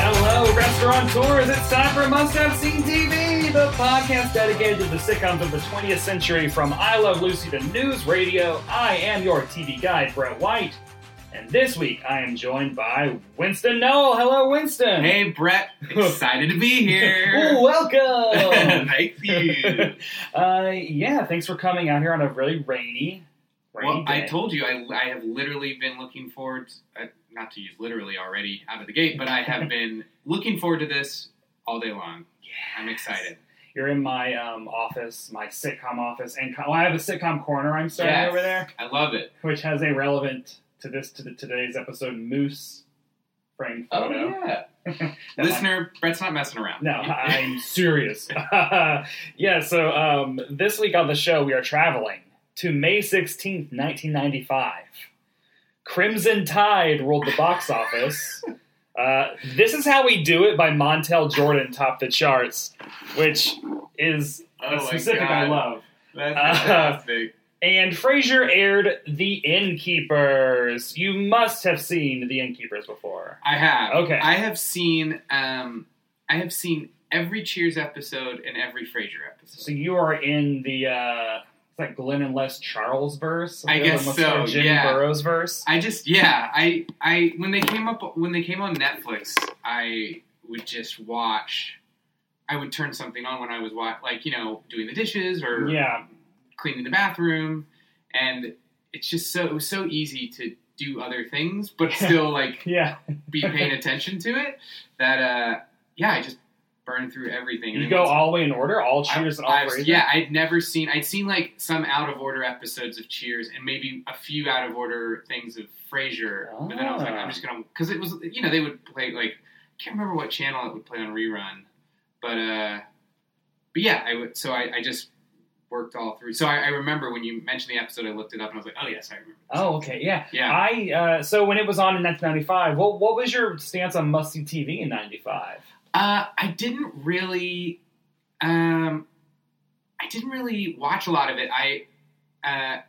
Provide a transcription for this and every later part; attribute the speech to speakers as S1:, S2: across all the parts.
S1: Hello, restaurateurs. It's time for Must Have Seen TV, the podcast dedicated to the sitcoms of the 20th century from I Love Lucy to News Radio. I am your TV guide, Brett White. And this week I am joined by Winston Noel. Hello, Winston.
S2: Hey Brett, excited to be here.
S1: Ooh, welcome.
S2: Thank you.
S1: uh, yeah, thanks for coming out here on a really rainy, rainy
S2: Well,
S1: day.
S2: I told you I, I have literally been looking forward, uh, not to use literally already out of the gate, but I have been looking forward to this all day long. I'm excited.
S1: You're in my um, office, my sitcom office, and co- well, I have a sitcom corner I'm starting
S2: Yes.
S1: over there.
S2: I love it.
S1: which has a relevant to this to the, today's episode moose framed
S2: Oh
S1: photo.
S2: yeah,
S1: That
S2: listener, Brett's not messing around.
S1: No, I'm serious. yeah, so um, this week on the show we are traveling to May 16th, 1995. Crimson Tide ruled the box office. Uh, this is how we do it by Montel Jordan topped the charts, which is
S2: Oh
S1: a
S2: my
S1: specific I
S2: God.
S1: love.
S2: that's
S1: Uh,
S2: fantastic.
S1: And Frasier aired The Innkeepers. You must have seen The Innkeepers before.
S2: I have.
S1: Okay.
S2: I have seen. Um, I have seen every Cheers episode and every Frasier episode.
S1: So you are in the uh it's like Glenn and Les Charles verse.
S2: I
S1: Or
S2: guess
S1: almost
S2: so,
S1: Or Jim
S2: yeah.
S1: Burrows verse.
S2: I just yeah, I I when they came up when they came on Netflix, I would just watch. I would turn something on when I was wa like you know doing the dishes or
S1: yeah,
S2: cleaning the bathroom, and it's just so it was so easy to do other things but still like
S1: yeah.
S2: be paying attention to it that uh yeah I just burned through everything. And
S1: You go
S2: then once-
S1: all the way in order, all
S2: I-
S1: cheers and all
S2: I-
S1: Frasier?
S2: yeah, I'd never seen. I'd seen like some out of order episodes of Cheers and maybe a few out of order things of Frasier. But then I was like,
S1: Ah.
S2: I'm just gonna because it was you know they would play like I can't remember what channel it would play on rerun, but uh, but yeah, I would. So I, I just worked all through. So I, I remember when you mentioned the episode, I looked it up and I was like, oh yes, I remember. This.
S1: Oh, okay, yeah.
S2: yeah.
S1: I uh, so when it was on in 1995, what what was your stance on must see TV in '95?
S2: Uh, I didn't really, um, I didn't really watch a lot of it. I, uh,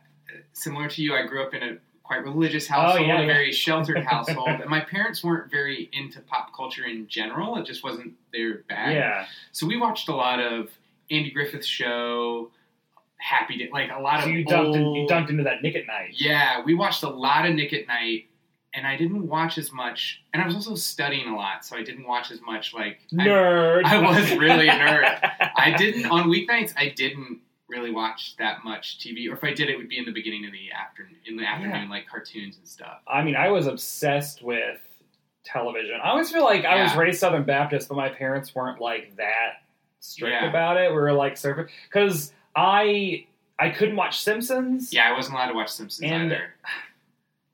S2: similar to you, I grew up in a quite religious household,
S1: Oh, yeah,
S2: a
S1: yeah.
S2: very sheltered household, and my parents weren't very into pop culture in general. It just wasn't their bag.
S1: Yeah,
S2: So we watched a lot of Andy Griffith's show, Happy Day, like a lot
S1: so
S2: of
S1: you dunked in,
S2: old-
S1: you dunked into that Nick at Night.
S2: yeah, we watched a lot of Nick at Night, and I didn't watch as much. And I was also studying a lot, so I didn't watch as much. Like I-
S1: Nerd.
S2: I was really a nerd. I didn't on weeknights. I didn't really watch that much TV, or if I did, it would be in the beginning of the afternoon, in the afternoon, like cartoons and stuff.
S1: I mean, I was obsessed with television. I always feel like I was
S2: Yeah.
S1: raised Southern Baptist, but my parents weren't like that strict
S2: Yeah.
S1: about it. We were like surfing because I I couldn't watch Simpsons.
S2: Yeah, I wasn't allowed to watch Simpsons
S1: And-
S2: either.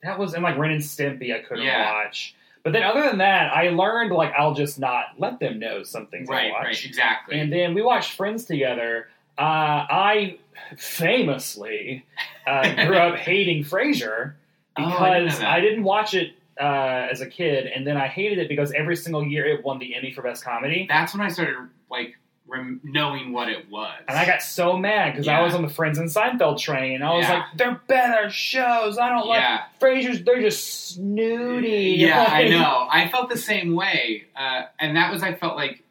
S1: that was and like Ren and Stimpy. I couldn't
S2: Yeah.
S1: watch. But then other than that, I learned like I'll just not let them know some things I
S2: Right,
S1: watch.
S2: right, exactly.
S1: And then we watched Friends together. Uh, I famously uh, grew up hating Frasier
S2: Oh, I
S1: because
S2: didn't know that.
S1: I didn't watch it uh, as a kid, and then I hated it because every single year it won the Emmy for Best Comedy.
S2: That's when I started like rem- knowing what it was.
S1: And I got so mad because I
S2: Yeah.
S1: was on the Friends and Seinfeld train. I was
S2: Yeah.
S1: like, they're better shows. I don't like
S2: Yeah.
S1: Frasier's. They're just snooty.
S2: Yeah, I
S1: Like-
S2: know. I felt the same way, uh, and that was I felt like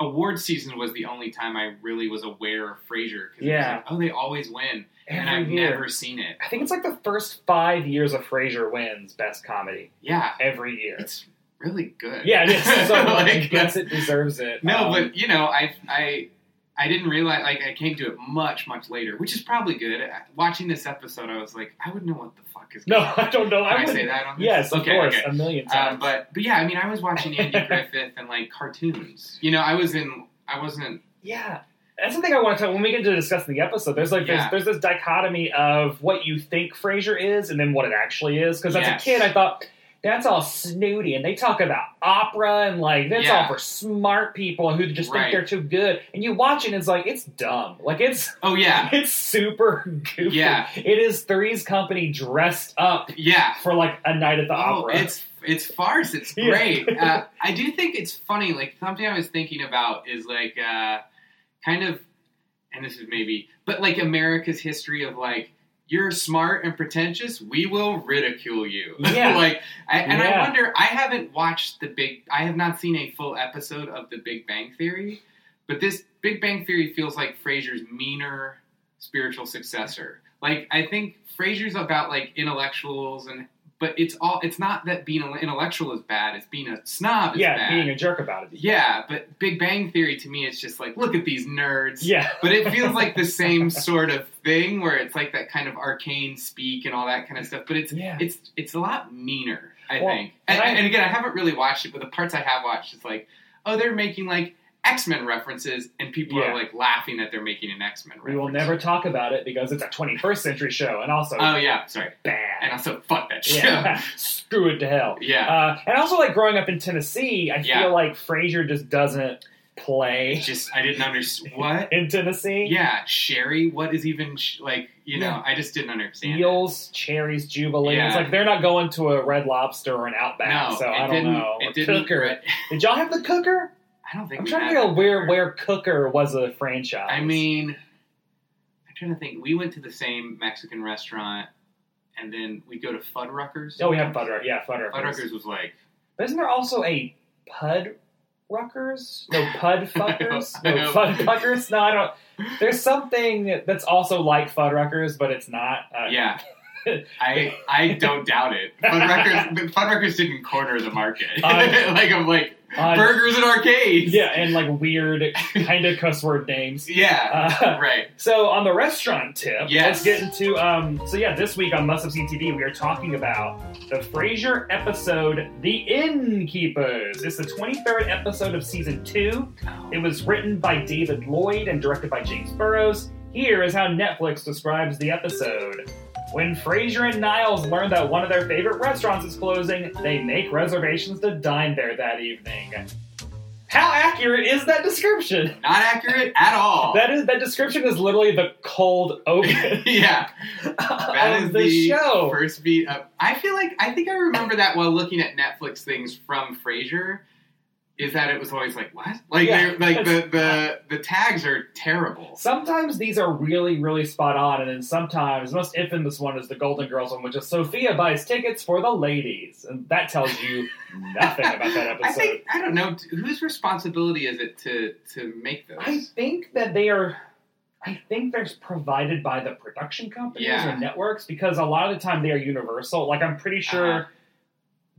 S2: award season was the only time I really was aware of Frasier. 'cause it was
S1: Yeah.
S2: like, oh, they always win, and
S1: Every
S2: I've
S1: year.
S2: never seen it.
S1: I think it's like the first five years of Frasier wins Best Comedy
S2: Yeah,
S1: every year.
S2: it's really good.
S1: yeah, it is. So
S2: Like,
S1: like, gets it, deserves it.
S2: no,
S1: Um,
S2: but you know, I I I didn't realize like I came to it much much later, which is probably good. Uh, Watching this episode, I was like, I wouldn't know what the fuck is.
S1: no,
S2: going on.
S1: I don't know.
S2: Can I,
S1: wouldn't-
S2: say that on this?
S1: Yes, of
S2: okay,
S1: course,
S2: okay.
S1: a million
S2: Um,
S1: times.
S2: but but yeah, I mean, I was watching Andy Griffith and like cartoons. You know, I was in, I wasn't.
S1: Yeah. That's the thing I want to talk when we get to discussing the episode. There's like
S2: Yeah.
S1: there's, there's this dichotomy of what you think Frasier is and then what it actually is. Because as
S2: Yes.
S1: a kid, I thought that's all snooty, and they talk about opera and like that's
S2: Yeah.
S1: all for smart people who just think
S2: Right.
S1: they're too good. And you watch it, and it's like it's dumb. Like it's
S2: Oh yeah,
S1: it's super goofy.
S2: Yeah.
S1: It is Three's Company dressed up
S2: yeah.
S1: for like a night at the
S2: Oh,
S1: opera.
S2: it's it's farce. It's
S1: Yeah.
S2: great. uh, I do think it's funny. Like something I was thinking about is like uh, kind of, and this is maybe, but like America's history of like you're smart and pretentious, we will ridicule you.
S1: Yeah.
S2: like, I, and I
S1: Yeah.
S2: wonder. I haven't watched the big. I have not seen a full episode of The Big Bang Theory, but this Big Bang Theory feels like Frasier's meaner spiritual successor. Like I think Frasier's about like intellectuals and but it's all it's not that being an intellectual is bad, it's being a snob is
S1: yeah,
S2: bad.
S1: being a jerk about it.
S2: yeah, but Big Bang Theory to me it's just like look at these nerds.
S1: Yeah.
S2: But it feels like the same sort of thing where it's like that kind of arcane speak and all that kind of stuff, but it's
S1: Yeah.
S2: it's it's a lot meaner, I
S1: Well,
S2: think. And,
S1: and I-
S2: and again, I haven't really watched it, but the parts I have watched is like, oh, they're making like X-Men references and people
S1: Yeah.
S2: are like laughing that they're making an X-Men reference.
S1: We will never talk about it because it's a 21st century show, and also
S2: Oh yeah, sorry.
S1: bad.
S2: And also fuck that show.
S1: Yeah. Screw it to hell.
S2: Yeah.
S1: Uh, and also, like growing up in Tennessee, I
S2: Yeah.
S1: feel like Frasier just doesn't play
S2: It's just I didn't understand what.
S1: in Tennessee.
S2: Yeah, Sherry. What is even sh- like? You know, I just didn't understand. it.
S1: Eels, cherries, jubilee.
S2: Yeah.
S1: It's like they're not going to a Red Lobster or an Outback,
S2: No,
S1: so
S2: it
S1: I don't
S2: didn't.
S1: know.
S2: It
S1: Or
S2: didn't.
S1: cooker.
S2: re-
S1: Did y'all have the cooker?
S2: I don't think.
S1: I'm
S2: we
S1: trying to
S2: had
S1: think of
S2: that
S1: where
S2: there.
S1: where cooker was a franchise.
S2: I mean, I'm trying to think. We went to the same Mexican restaurant, and then we go to Fuddruckers.
S1: oh, we have butter. Yeah, butter.
S2: Fuddruckers was like
S1: But isn't there also a Pud Ruckers? No, Pud Fuckers?
S2: I
S1: no,
S2: know.
S1: Fud Fuckers? No, I don't. There's something that's also like Fuddruckers, but it's not. Uh,
S2: Yeah. I I don't doubt it. Fuddruckers, Fuddruckers didn't corner the market.
S1: Uh,
S2: like I'm like
S1: uh,
S2: burgers and arcades.
S1: Yeah, and like weird kind of cuss word names.
S2: Yeah.
S1: Uh,
S2: right.
S1: so on the restaurant tip, let's
S2: Yes.
S1: get into. Um, so yeah, this week on Must Have Seen TV, we are talking about the Frasier episode, "The Innkeepers." It's the 23rd episode of season two. It was written by David Lloyd and directed by James Burrows. Here is how Netflix describes the episode. When Frasier and Niles learn that one of their favorite restaurants is closing, they make reservations to dine there that evening. How accurate is that description?
S2: Not accurate at all.
S1: That is that description is literally the cold open
S2: yeah. That
S1: of the,
S2: is
S1: show.
S2: first beat up. I feel like I think I remember that while looking at Netflix things from Frasier. Is that it was always like what? Like
S1: Yeah.
S2: they're like the, the the tags are terrible.
S1: Sometimes these are really, really spot on, and then sometimes the most infamous one is the Golden Girls one, which is Sophia buys tickets for the ladies, and that tells you nothing about that episode.
S2: I think I don't know whose responsibility is it to to make those.
S1: I think that they are. I think they're provided by the production companies
S2: Yeah.
S1: or networks because a lot of the time they are universal. Like I'm pretty sure
S2: Uh-huh.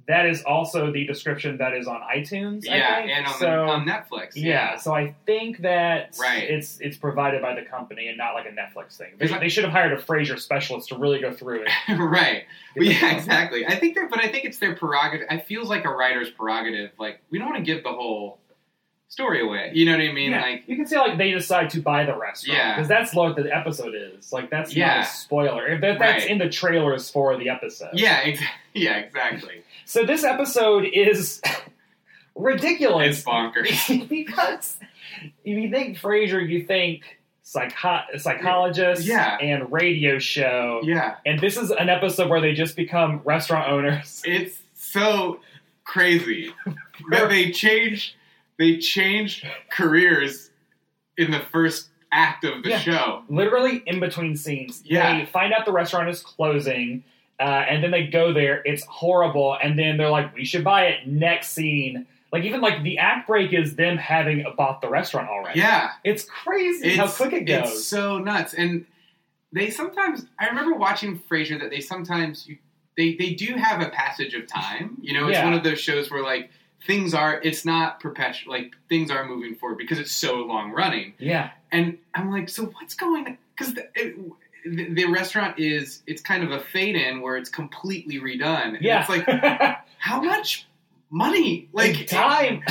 S1: that is also the description that is on iTunes. I
S2: yeah,
S1: think.
S2: and on,
S1: so,
S2: the, on Netflix.
S1: yeah. so I think that
S2: Right.
S1: it's it's provided by the company and not like a Netflix thing. They,
S2: Because I-
S1: they should have hired a Frasier specialist to really go through it.
S2: right. Well, yeah, exactly. I think that, but I think it's their prerogative. It feels like a writer's prerogative. Like we don't want to give the whole story away. You know what I mean?
S1: Yeah,
S2: Like,
S1: you can see like they decide to buy the restaurant
S2: Yeah.
S1: because that's what the episode is. Like that's not
S2: Yeah.
S1: a spoiler. If that, that's
S2: Right.
S1: in the trailers for the episode.
S2: yeah, ex- yeah, exactly.
S1: So this episode is
S2: It's
S1: ridiculous
S2: bonkers.
S1: because if you think Frasier, you think psycho- psychologist
S2: Yeah.
S1: and radio show.
S2: Yeah,
S1: And this is an episode where they just become restaurant owners.
S2: it's so crazy that they changed. They changed careers in the first act of the
S1: Yeah.
S2: show.
S1: literally in between scenes.
S2: Yeah.
S1: They find out the restaurant is closing, uh, and then they go there. It's horrible, and then they're like, "We should buy it." Next scene, like even like the act break is them having bought the restaurant already.
S2: Yeah.
S1: it's crazy how quick it goes.
S2: It's so nuts. And they sometimes I remember watching Frasier that they sometimes you, they they do have a passage of time. You know, it's
S1: Yeah.
S2: one of those shows where like things are it's not perpetual like things are moving forward because it's so long running.
S1: yeah,
S2: And I'm like, so what's going? Because the, it- the, the restaurant is it's kind of a fade in where it's completely redone. And
S1: yeah.
S2: it's like how much money like
S1: time.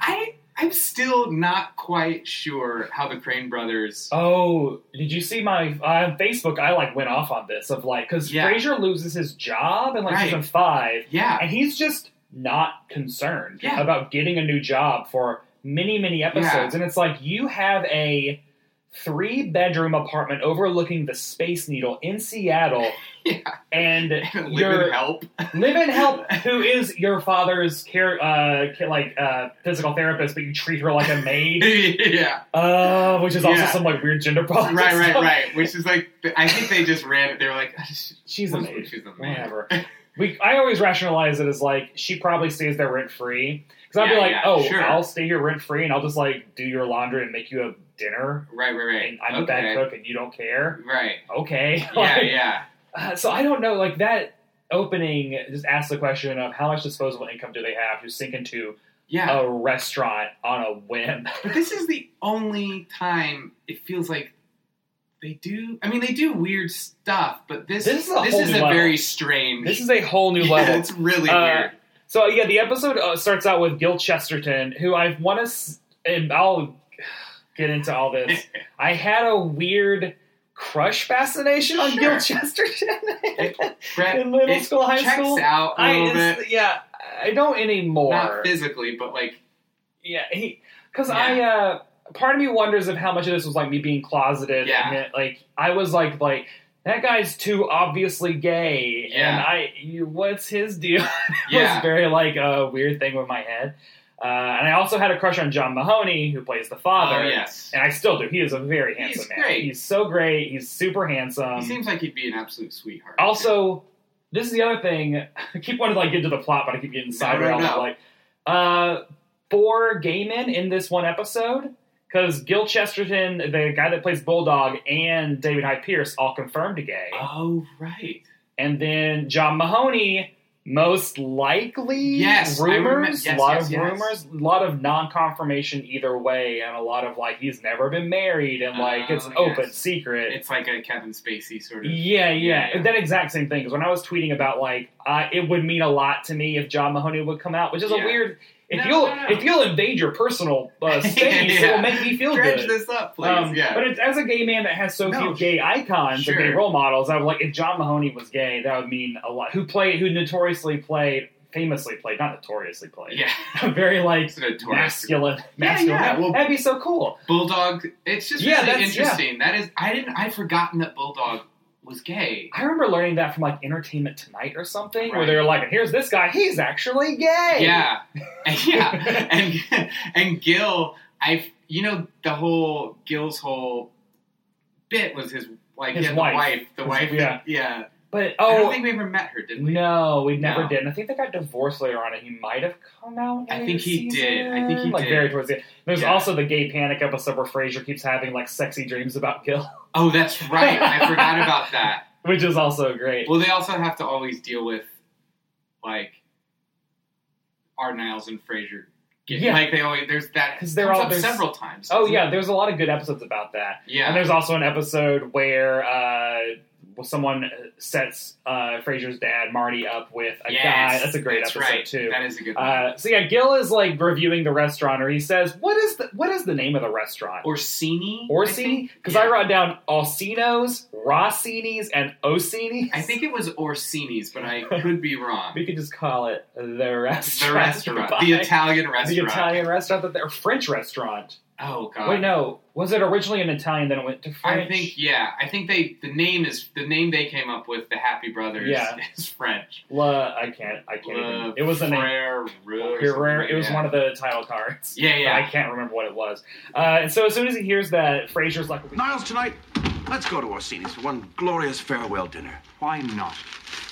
S2: I I'm still not quite sure how the Crane brothers
S1: Oh, did you see my on Facebook? I like went off on this of like because
S2: Yeah.
S1: Frasier loses his job in like
S2: Right.
S1: season five,
S2: yeah.
S1: and he's just not concerned
S2: Yeah.
S1: about getting a new job for many many episodes and it's like you have a three bedroom apartment overlooking the space needle in seattle
S2: Yeah.
S1: and
S2: Live
S1: your
S2: and help.
S1: live in help who is your father's care uh ca- like uh physical therapist but you treat her like a maid
S2: yeah.
S1: uh which is also
S2: Yeah.
S1: some like weird gender problem
S2: Right, right, right. Which is like, I think they just ran it. They were like,
S1: she's a
S2: She's
S1: maid
S2: the man.
S1: whatever. We, I always rationalize it as like she probably stays there rent free because I'd be
S2: Yeah,
S1: like,
S2: yeah,
S1: oh,
S2: sure.
S1: I'll stay here rent free and I'll just like do your laundry and make you a dinner.
S2: Right, right, right.
S1: And I'm a bad cook and you don't care.
S2: Right.
S1: Okay.
S2: Yeah,
S1: Like,
S2: yeah.
S1: uh, So I don't know. Like that opening just asks the question of how much disposable income do they have to sink into
S2: Yeah.
S1: a restaurant on a whim?
S2: But this is the only time it feels like they do. I mean, they do weird stuff, but this
S1: This is a whole
S2: is
S1: new
S2: a
S1: level.
S2: very strange.
S1: This is a whole new
S2: yeah,
S1: level.
S2: It's really
S1: Uh,
S2: weird.
S1: So yeah, the episode uh, starts out with Gil Chesterton, who I want to, s- and I'll get into all this. I had a weird crush fascination on Gil
S2: Sure.
S1: Chesterton
S2: Brett,
S1: in middle
S2: it
S1: school, high
S2: checks
S1: school.
S2: out a
S1: I
S2: little
S1: it's-
S2: bit,
S1: yeah, I don't anymore.
S2: not physically, but like,
S1: Yeah, he because I uh part of me wonders if how much of this was like me being closeted.
S2: Yeah.
S1: and it- like I was like like that guy's too obviously gay, and
S2: Yeah.
S1: I you- what's his deal? it was
S2: yeah,
S1: very like a weird thing with my head. Uh, and I also had a crush on John Mahoney, who plays the father.
S2: oh yes,
S1: And I still do. He is a very
S2: He's
S1: handsome man.
S2: great.
S1: He's so great. He's super handsome.
S2: he seems like he'd be an absolute sweetheart.
S1: um, Also, this is the other thing. I keep wanting to like get to the plot, but I keep getting
S2: No,
S1: sidetracked.
S2: no, no.
S1: Like uh, four gay men in this one episode because Gil Chesterton, the guy that plays Bulldog, and David Hyde Pierce all confirmed gay,
S2: oh right,
S1: and then John Mahoney. Most likely,
S2: Yes, I remember-
S1: rumors,
S2: yes,
S1: a lot
S2: yes,
S1: of
S2: yes.
S1: rumors, a lot of non-confirmation either way, and a lot of like he's never been married, and like it's
S2: Oh, yes.
S1: open secret.
S2: it's like a Kevin Spacey sort of.
S1: Yeah, yeah,
S2: Yeah.
S1: That exact same thing. Because when I was tweeting about like, I it would mean a lot to me if John Mahoney would come out, which is a
S2: Yeah.
S1: weird. If
S2: No,
S1: you'll
S2: no, no.
S1: if you'll invade your personal uh, space, it will
S2: Yeah.
S1: make me feel
S2: Dredge
S1: good.
S2: this up, please.
S1: Um,
S2: yeah.
S1: But it's, as a gay man that has so
S2: No,
S1: few gay icons or gay
S2: sure.
S1: role models, I was like, if John Mahoney was gay, that would mean a lot. Who played? Who notoriously played? Famously played, not notoriously played.
S2: yeah.
S1: very like
S2: It's notorious.
S1: masculine.
S2: Yeah,
S1: Masculine.
S2: yeah, well-
S1: That'd be so cool.
S2: Bulldog. It's just
S1: Yeah,
S2: really
S1: that's- yeah.
S2: interesting. That is, I didn't. I'd forgotten that Bulldog was gay.
S1: I remember learning that from like Entertainment Tonight or something, where
S2: Right.
S1: they were like, and "Here's this guy, he's actually gay."
S2: Yeah, And- yeah. and and Gil, I you know the whole Gil's whole bit was his like
S1: His
S2: yeah,
S1: wife.
S2: the wife, the wife.
S1: yeah.
S2: yeah.
S1: but
S2: I don't
S1: oh
S2: think we ever met her, did we?
S1: no, we never
S2: No.
S1: did. And I think they got divorced later on, and he might have come out.
S2: I
S1: later
S2: think he
S1: season,
S2: did. I think he
S1: like
S2: did.
S1: very towards the end. There's
S2: Yeah.
S1: also the gay panic episode where Frasier keeps having like sexy dreams about Gil,
S2: Oh, that's right. I forgot about that.
S1: which is also great.
S2: Well, they also have to always deal with like our Niles and Fraser.
S1: Yeah.
S2: like they always there's that
S1: 'Cause they're
S2: comes
S1: all-
S2: up
S1: there's-
S2: several times.
S1: oh yeah, there's a lot of good episodes about that. And
S2: yeah,
S1: there's also an episode where uh, someone sets uh, Frasier's dad Marty up with a guy.
S2: Yes,
S1: That's a great
S2: that's
S1: episode
S2: right.
S1: too.
S2: That is a good one.
S1: Uh, so yeah, Gil is like reviewing the restaurant, or he says, "What is the what is the name of the restaurant?"
S2: Orsini, I
S1: Orsini,
S2: think?
S1: because
S2: Yeah.
S1: I wrote down Alcinos, Rossini's, and Osini's.
S2: I think it was Orsini's, but I could be wrong.
S1: we could just call it the
S2: the
S1: restaurant,
S2: restaurant, the Italian
S1: The
S2: restaurant.
S1: Italian restaurant, that they- or French restaurant.
S2: Oh god.
S1: Wait, no. Was it originally in Italian, then it went to
S2: I
S1: French?
S2: think yeah. I think they the name is the name they came up with. The Happy Brothers
S1: Yeah.
S2: is French.
S1: La, I can't. I can't even. It was a name.
S2: Frere,
S1: Herrera- It was one of the title cards.
S2: Yeah, yeah.
S1: I can't remember what it was. Uh, and so as soon as he hears that, Frasier's like,
S3: Niles, tonight, let's go to Orsini's for one glorious farewell dinner.
S4: Why not?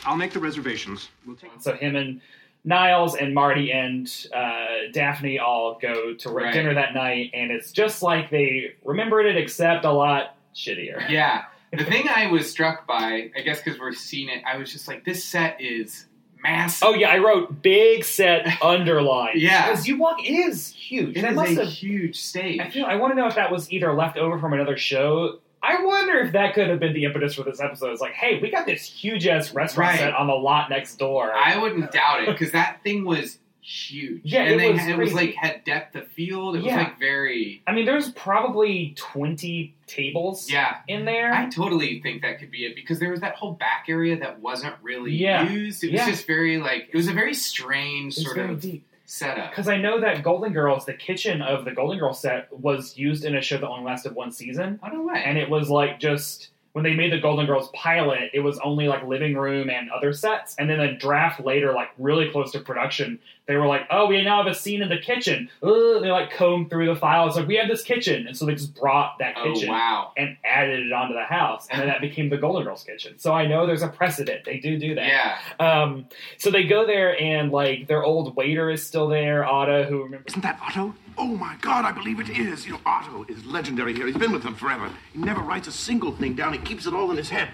S4: I'll make the reservations. We'll take
S1: so him and Niles and Marty and uh, Daphne all go to
S2: Right.
S1: dinner that night, and it's just like they remembered it, except a lot shittier.
S2: Yeah. The thing I was struck by, I guess, because we're seeing it, I was just like, this set is massive.
S1: Oh yeah, I wrote big set underline.
S2: Yeah.
S1: because Ewok is huge.
S2: it
S1: that
S2: is
S1: must
S2: a
S1: have
S2: huge stage.
S1: I feel I want to know if that was either left over from another show. I wonder if that could have been the impetus for this episode. It's like, hey, we got this huge ass restaurant
S2: Right.
S1: set on the lot next door.
S2: I wouldn't doubt it because that thing was huge.
S1: Yeah,
S2: and
S1: it
S2: they,
S1: was
S2: it was
S1: crazy.
S2: like had depth of field. It
S1: Yeah.
S2: was like very.
S1: I mean, there's probably twenty tables
S2: Yeah,
S1: in there.
S2: I totally think that could be it because there was that whole back area that wasn't really
S1: Yeah.
S2: used. It was
S1: Yeah.
S2: just very like it was a very strange
S1: it's
S2: sort
S1: very
S2: of
S1: deep
S2: setup.
S1: because I know that Golden Girls, the kitchen of the Golden Girls set, was used in a show that only lasted one season,
S2: Oh no way!
S1: and it was like just when they made the Golden Girls pilot, it was only like living room and other sets, and then a draft later, like really close to production, they were like, "Oh, we now have a scene in the kitchen." Ugh, and they like combed through the files, like we have this kitchen, and so they just brought that
S2: oh
S1: kitchen.
S2: wow!
S1: And added it onto the house, and then that became the Golden Girls kitchen. So I know there's a precedent. They do do that.
S2: Yeah,
S1: Um, so they go there, and like their old waiter is still there, Otto, who remembers.
S3: Isn't that Otto? Oh my God, I believe it is. You know, Otto is legendary here. He's been with them forever. He never writes a single thing down. He keeps it all in his head.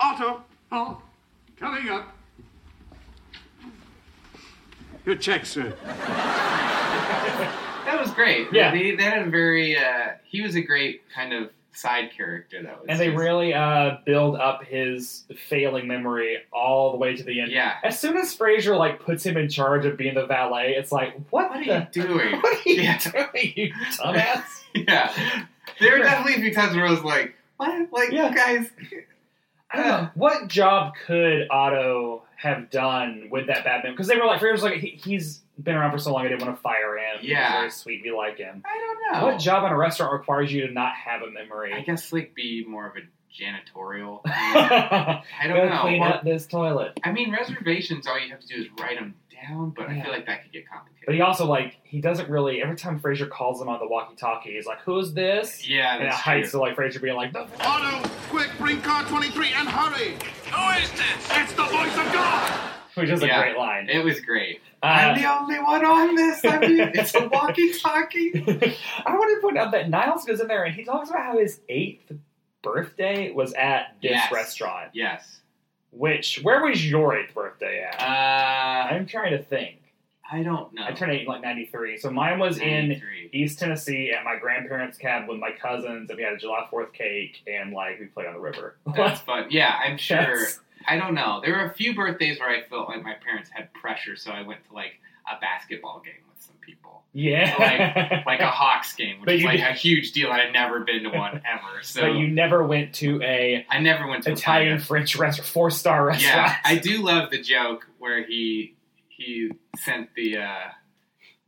S3: Otto,
S4: Oh, coming up. Your check, sir.
S2: that was great.
S1: Yeah.
S2: they, they had a very. Uh, he was a great kind of side character. That was
S1: And they
S2: just-
S1: really uh, build up his failing memory all the way to the end.
S2: Yeah.
S1: As soon as Frasier like puts him in charge of being the valet, it's like, what,
S2: What are
S1: the-
S2: you doing?
S1: What are you
S2: Yeah.
S1: doing, you dumbass?
S2: yeah, there were definitely a few times where I was like, "What? Like,
S1: Yeah.
S2: guys,
S1: I don't know what job could Otto have done with that bad man because they were like, Frasier's like, he, he's been around for so long, I didn't want to fire him.
S2: Yeah.
S1: he's very sweet, we like him.
S2: I don't know."
S1: What job in a restaurant requires you to not have a memory?
S2: I guess like be more of a janitorial. I
S1: I
S2: don't know.
S1: clean
S2: Or-
S1: up this toilet.
S2: I mean, reservations. All you have to do is write them down, but I
S1: Yeah.
S2: feel like that could get complicated.
S1: But he also like he doesn't really. Every time Frasier calls him on the walkie-talkie, he's like, "Who's this?"
S2: yeah,
S1: and it
S2: that's
S1: hides
S2: true.
S1: to like Frasier being like, "The fuck?"
S3: Otto, quick, bring car 23 and hurry. Who is this? It's the voice of God.
S1: which is
S2: Yeah.
S1: a great line.
S2: It was great. I'm
S1: Uh,
S2: the only one on this. I mean, it's a walkie-talkie.
S1: I want to point out that Niles goes in there and he talks about how his eighth birthday was at this
S2: Yes.
S1: restaurant.
S2: Yes.
S1: Which where was your eighth birthday
S2: Uh,
S1: at?
S2: I
S1: I'm trying to think.
S2: don't know.
S1: I turned eight in like '93, so mine was in
S2: 93.
S1: East Tennessee at my grandparents' cabin with my cousins, and we had a July Fourth cake, and like we played on the river.
S2: That's fun. Yeah, I'm Oh, sure.
S1: That's-
S2: I don't know. There were a few birthdays where I felt like my parents had pressure, so I went to like a basketball game with some people, Oh,
S1: yeah,
S2: like a Hawks game, which
S1: But
S2: is
S1: you
S2: like
S1: did-
S2: a huge deal. I'd never been to one ever, so
S1: but you never went to a
S2: I never went to a
S1: Italian French restaurant, four star restaurant.
S2: Yeah, I do love the joke where he he sent the uh,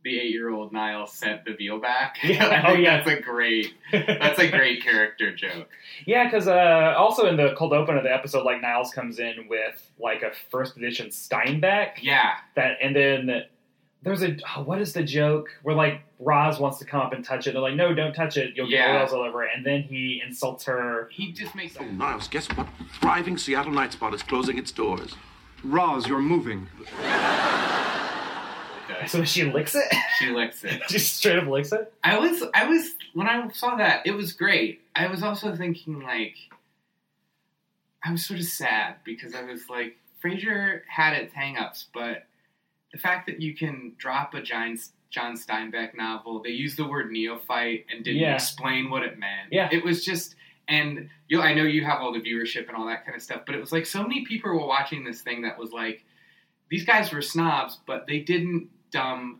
S2: the eight year old Niles sent the veal back.
S1: Yeah,
S2: I
S1: oh,
S2: think
S1: yeah.
S2: that's a great that's a great character joke.
S1: yeah, because uh, also in the cold open of the episode, like Niles comes in with like a first edition Steinbeck
S2: Yeah,
S1: that, and then there's a oh, what is the joke where like Roz wants to come up and touch it? They're like, no, don't touch it, you'll
S2: Yeah.
S1: get oils all over it. And then he insults her.
S2: he just makes
S3: Oh, Niles, guess what? Thriving Seattle Night Spot is closing its doors.
S4: Roz, you're moving.
S1: So then she licks it,
S2: she licks it.
S1: just straight up licks it.
S2: I was I was when I saw that it was great. I was also thinking like I was sort of sad because I was like Frasier had its hangups, but the fact that you can drop a giant John Steinbeck novel, they used the word neophyte and didn't
S1: Yeah.
S2: explain what it meant.
S1: Yeah.
S2: It was just and you I know you have all the viewership and all that kind of stuff, but it was like so many people were watching this thing that was like these guys were snobs, but they didn't dumb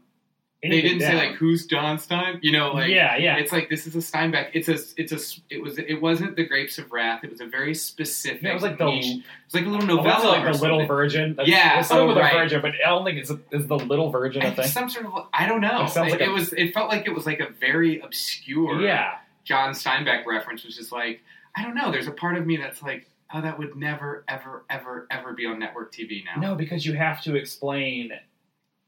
S2: they
S1: anything
S2: didn't say
S1: down.
S2: like who's John Stein. You know, like
S1: Yeah, yeah.
S2: It's like this is a Steinbeck. It's a it's a it was it wasn't the Grapes of Wrath. It was a very specific.
S1: Yeah, it was like the-
S2: niche. It was like a little
S1: I want to
S2: novella,
S1: say, like
S2: or
S1: the Little
S2: something.
S1: Virgin. That's,
S2: Yeah,
S1: it's something
S2: oh,
S1: with
S2: right.
S1: a virgin, but I don't think it's is the Little Virgin
S2: I
S1: a
S2: think
S1: thing.
S2: some sort of I don't know.
S1: It sounds
S2: It,
S1: like a-
S2: was it felt like it was like a very obscure
S1: Yeah,
S2: John Steinbeck reference, which is like I don't know. There's a part of me that's like, oh, that would never ever ever ever be on network TV now.
S1: no, because you have to explain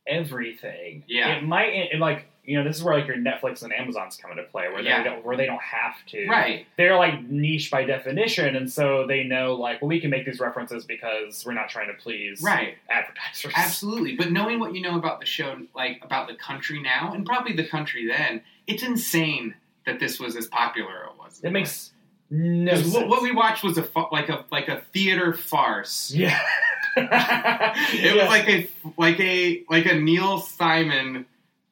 S1: everything.
S2: Yeah.
S1: it might it, like you know this is where like your Netflix and Amazon's come into play, where they
S2: Yeah.
S1: don't where they don't have to.
S2: Right.
S1: they're like niche by definition, and so they know like well we can make these references because we're not trying to please
S2: Right.
S1: advertisers.
S2: Absolutely. But knowing what you know about the show, like about the country now, and probably the country then, it's insane that this was as popular as it was.
S1: It makes no
S2: 'Cause
S1: sense.
S2: what, what we watched was a fa- like a like a theater farce.
S1: yeah.
S2: It was like a like a like a Neil Simon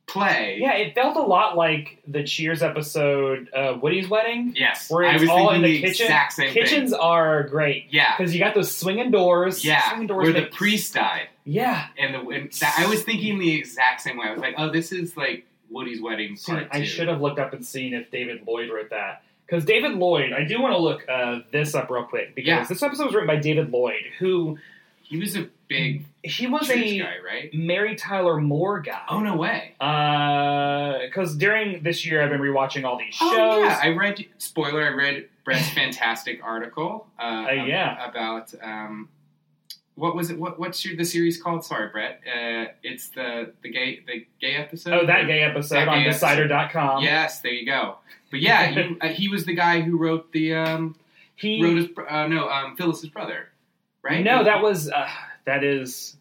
S2: play.
S1: Yeah, it felt a lot like the Cheers episode, uh, Woody's Wedding,
S2: Yes.
S1: where
S2: I
S1: it's
S2: was
S1: all in the,
S2: thinking the
S1: kitchen.
S2: exact same thing.
S1: Kitchens are great.
S2: Yeah.
S1: because you got those swinging doors.
S2: Yeah.
S1: swinging doors
S2: Where the
S1: make-
S2: priest died.
S1: Yeah,
S2: And the and that, I was thinking the exact same way. I was like, oh, this is like Woody's wedding
S1: See,
S2: part
S1: I
S2: two.
S1: should have looked up and seen if David Lloyd wrote that. Because David Lloyd, I do want to look uh, this up real quick because
S2: Yeah.
S1: this episode was written by David Lloyd, who
S2: He was a big
S1: he was
S2: church
S1: a
S2: guy, right?
S1: Mary Tyler Moore guy.
S2: Oh no way.
S1: Because during this year, I've been rewatching all these shows.
S2: Oh yeah, I read. Spoiler: I read Brett's fantastic article. Uh, ab-
S1: yeah.
S2: about um, what was it? What what's your the series called? Sorry, Brett. Uh, it's the the gay the gay episode.
S1: oh, that gay episode
S2: That
S1: on
S2: gay episode.
S1: Decider.com.
S2: Yes, there you go. But yeah, you, uh, he was the guy who wrote the um,
S1: He
S2: wrote his br- uh, no um, Phyllis's brother, right?
S1: No, that was uh, that is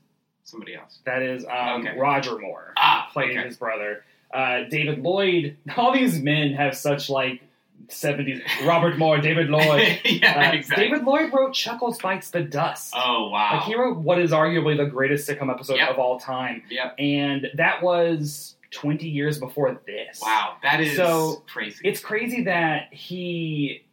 S2: somebody else.
S1: that is um,
S2: Okay.
S1: Roger Moore
S2: Ah,
S1: played
S2: okay.
S1: his brother. Uh, David Lloyd. All these men have such like seventies. Robert Moore, David Lloyd.
S2: yeah,
S1: Uh,
S2: exactly.
S1: David Lloyd wrote Chuckles Bites the Dust.
S2: oh wow.
S1: Like he wrote what is arguably the greatest sitcom episode
S2: Yep.
S1: of all time,
S2: yep.
S1: and that was twenty years before this.
S2: Wow, that is
S1: So,
S2: crazy.
S1: it's crazy that he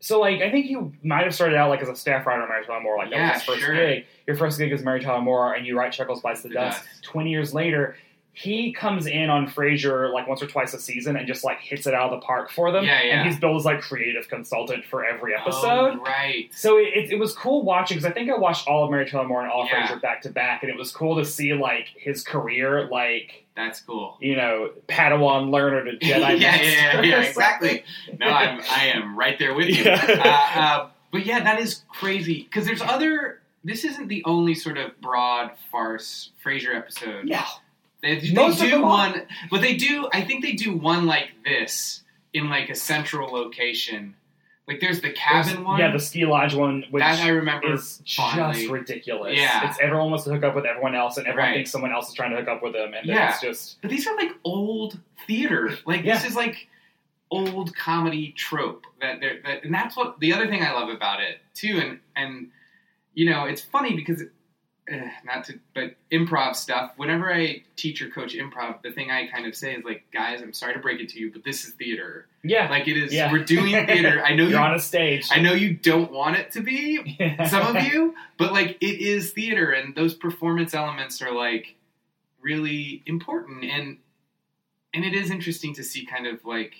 S1: so like I think you might have started out like as a staff writer on Mary Tyler Moore, like that
S2: Yeah,
S1: was his first
S2: sure.
S1: gig. Your first gig is Mary Tyler Moore and you write Chuckles Bites the
S2: The
S1: Dust.
S2: Dust.
S1: Twenty years later, he comes in on Frasier like once or twice a season and just like hits it out of the park for them.
S2: Yeah, yeah.
S1: And he's billed as like creative consultant for every episode.
S2: Oh, right.
S1: So it, it, it was cool watching because I think I watched all of Mary Tyler Moore and all of
S2: Yeah.
S1: Frasier back to back, and it was cool to see like his career, like
S2: That's cool.
S1: you know, Padawan learner to
S2: yeah,
S1: Jedi.
S2: yeah, yeah,
S1: master
S2: yeah,
S1: or
S2: exactly. No, I'm, I am right there with you.
S1: Yeah.
S2: Uh, uh, but yeah, that is crazy because there's other. This isn't the only sort of broad farce Frasier episode.
S1: Yeah.
S2: They, they
S1: Most of
S2: do
S1: them are.
S2: one, but they do. I think they do one like this in like a central location. Like there's the cabin one.
S1: Yeah, the ski lodge one, which
S2: that I remember
S1: is
S2: fondly.
S1: just ridiculous.
S2: Yeah.
S1: It's everyone wants to hook up with everyone else, and everyone
S2: Right.
S1: thinks someone else is trying to hook up with them, and then
S2: Yeah.
S1: it's just
S2: But these are like old theater. Like this
S1: Yeah.
S2: is like old comedy trope that they're that, and that's what the other thing I love about it too. And and you know it's funny because uh, not to but improv stuff. Whenever I teach or coach improv, the thing I kind of say is like, guys, I'm sorry to break it to you, but this is theater.
S1: yeah,
S2: Like it is.
S1: Yeah.
S2: We're doing theater. I know
S1: you're
S2: you.
S1: on a stage.
S2: I know you don't want it to be, some of you, but like it is theater, and those performance elements are like really important, and and it is interesting to see kind of like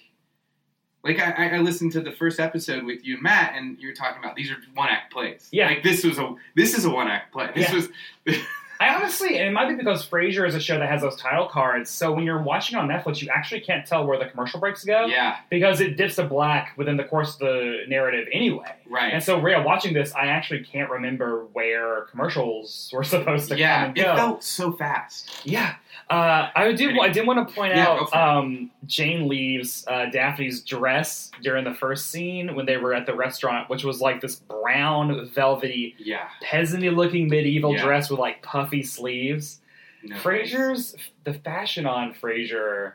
S2: like I, I- I listened to the first episode with you, and Matt, and you were talking about these are one act plays.
S1: Yeah.
S2: like this was a this is a one act play. This
S1: Yeah.
S2: was
S1: I honestly, and it might be because Frasier is a show that has those title cards, so when you're watching on Netflix, you actually can't tell where the commercial breaks go
S2: yeah
S1: because it dips to black within the course of the narrative anyway. And
S2: right.
S1: so, Rhea, watching this, I actually can't remember where commercials were supposed to come
S2: Yeah,
S1: and
S2: it
S1: go.
S2: felt so fast.
S1: Yeah, uh, I did. I did want to point
S2: Yeah, go
S1: out
S2: for it.
S1: um, Jane leaves uh, Daphne's dress during the first scene when they were at the restaurant, which was like this brown, velvety,
S2: Yeah,
S1: peasanty-looking medieval
S2: Yeah.
S1: dress with like puffy sleeves.
S2: no thanks.
S1: Frasier's the fashion on Frasier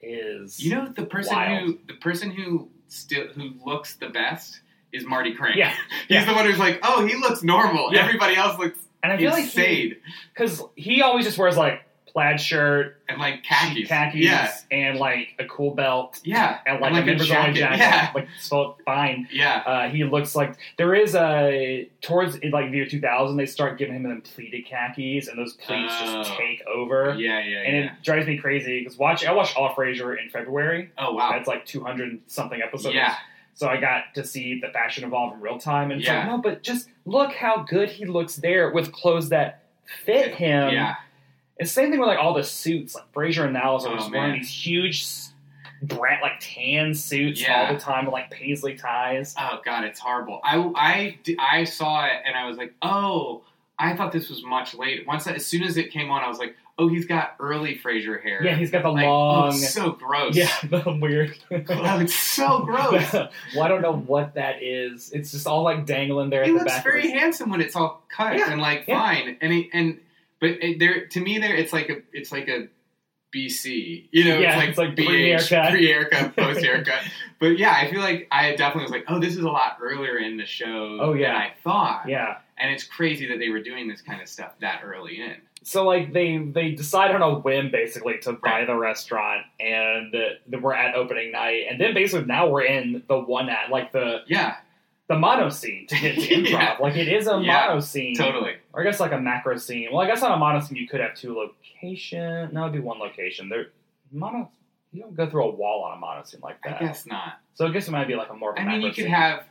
S1: is
S2: You know the person who
S1: Wild.
S2: the person who still who looks the best is Marty Crane.
S1: yeah,
S2: He's
S1: Yeah.
S2: the one who's like, oh, he looks normal.
S1: Yeah.
S2: Everybody else looks
S1: and I feel like
S2: insane.
S1: because he, always just wears like plaid shirt,
S2: and like khakis.
S1: khakis,
S2: Yeah.
S1: and like a cool belt,
S2: Yeah.
S1: and like, a
S2: a
S1: members only jacket,
S2: Yeah.
S1: like so fine.
S2: yeah.
S1: Uh, he looks like there is a towards in, like the year 2000 they start giving him them pleated khakis and those pleats
S2: Oh.
S1: just take over
S2: Yeah, yeah, yeah.
S1: and it drives me crazy because watch I watched All Frasier in February
S2: oh wow.
S1: that's like 200 and something episodes
S2: Yeah.
S1: so I got to see the fashion evolve in real time and it's
S2: Yeah.
S1: like no but just look how good he looks there with clothes that fit him
S2: yeah.
S1: and same thing with like all the suits like Frasier and Niles are
S2: Oh,
S1: just
S2: man.
S1: wearing these huge s- brat like tan suits
S2: Yeah.
S1: all the time with like paisley ties
S2: Oh god, it's horrible. I, I, di- I saw it and I was like, oh, I thought this was much later. Once I- as soon as it came on, I was like, oh, he's got early Frasier hair.
S1: yeah he's got the
S2: like,
S1: long
S2: Oh, it's so gross.
S1: Yeah, the weird.
S2: Oh, it's so gross.
S1: well, I don't know what that is. It's just all like dangling there
S2: he
S1: at the
S2: looks
S1: back.
S2: very
S1: of his...
S2: handsome when it's all cut
S1: Yeah,
S2: and like
S1: yeah.
S2: fine and he, and but it, there to me there it's like a it's like a BC you know
S1: Yeah,
S2: it's like,
S1: it's like pre-haircut.
S2: BH, pre-haircut post haircut but yeah I feel like I definitely was like oh this is a lot earlier in the show
S1: Oh, yeah.
S2: than I thought
S1: Yeah.
S2: and it's crazy that they were doing this kind of stuff that early in
S1: So like they they decide on a whim basically to buy
S2: Right.
S1: the restaurant, and uh, then we're at opening night, and then basically now we're in the one at like the
S2: yeah
S1: the mono scene to get to improv.
S2: Yeah.
S1: Like it is a
S2: Yeah,
S1: mono scene,
S2: totally
S1: or I guess like a macro scene. Well, I guess on a mono scene you could have two location. No, it'd be one location. There mono. You don't go through a wall on a mono scene like
S2: I
S1: that.
S2: guess not
S1: So I guess it might be like a more. Of a
S2: I mean
S1: macro
S2: you could
S1: scene.
S2: have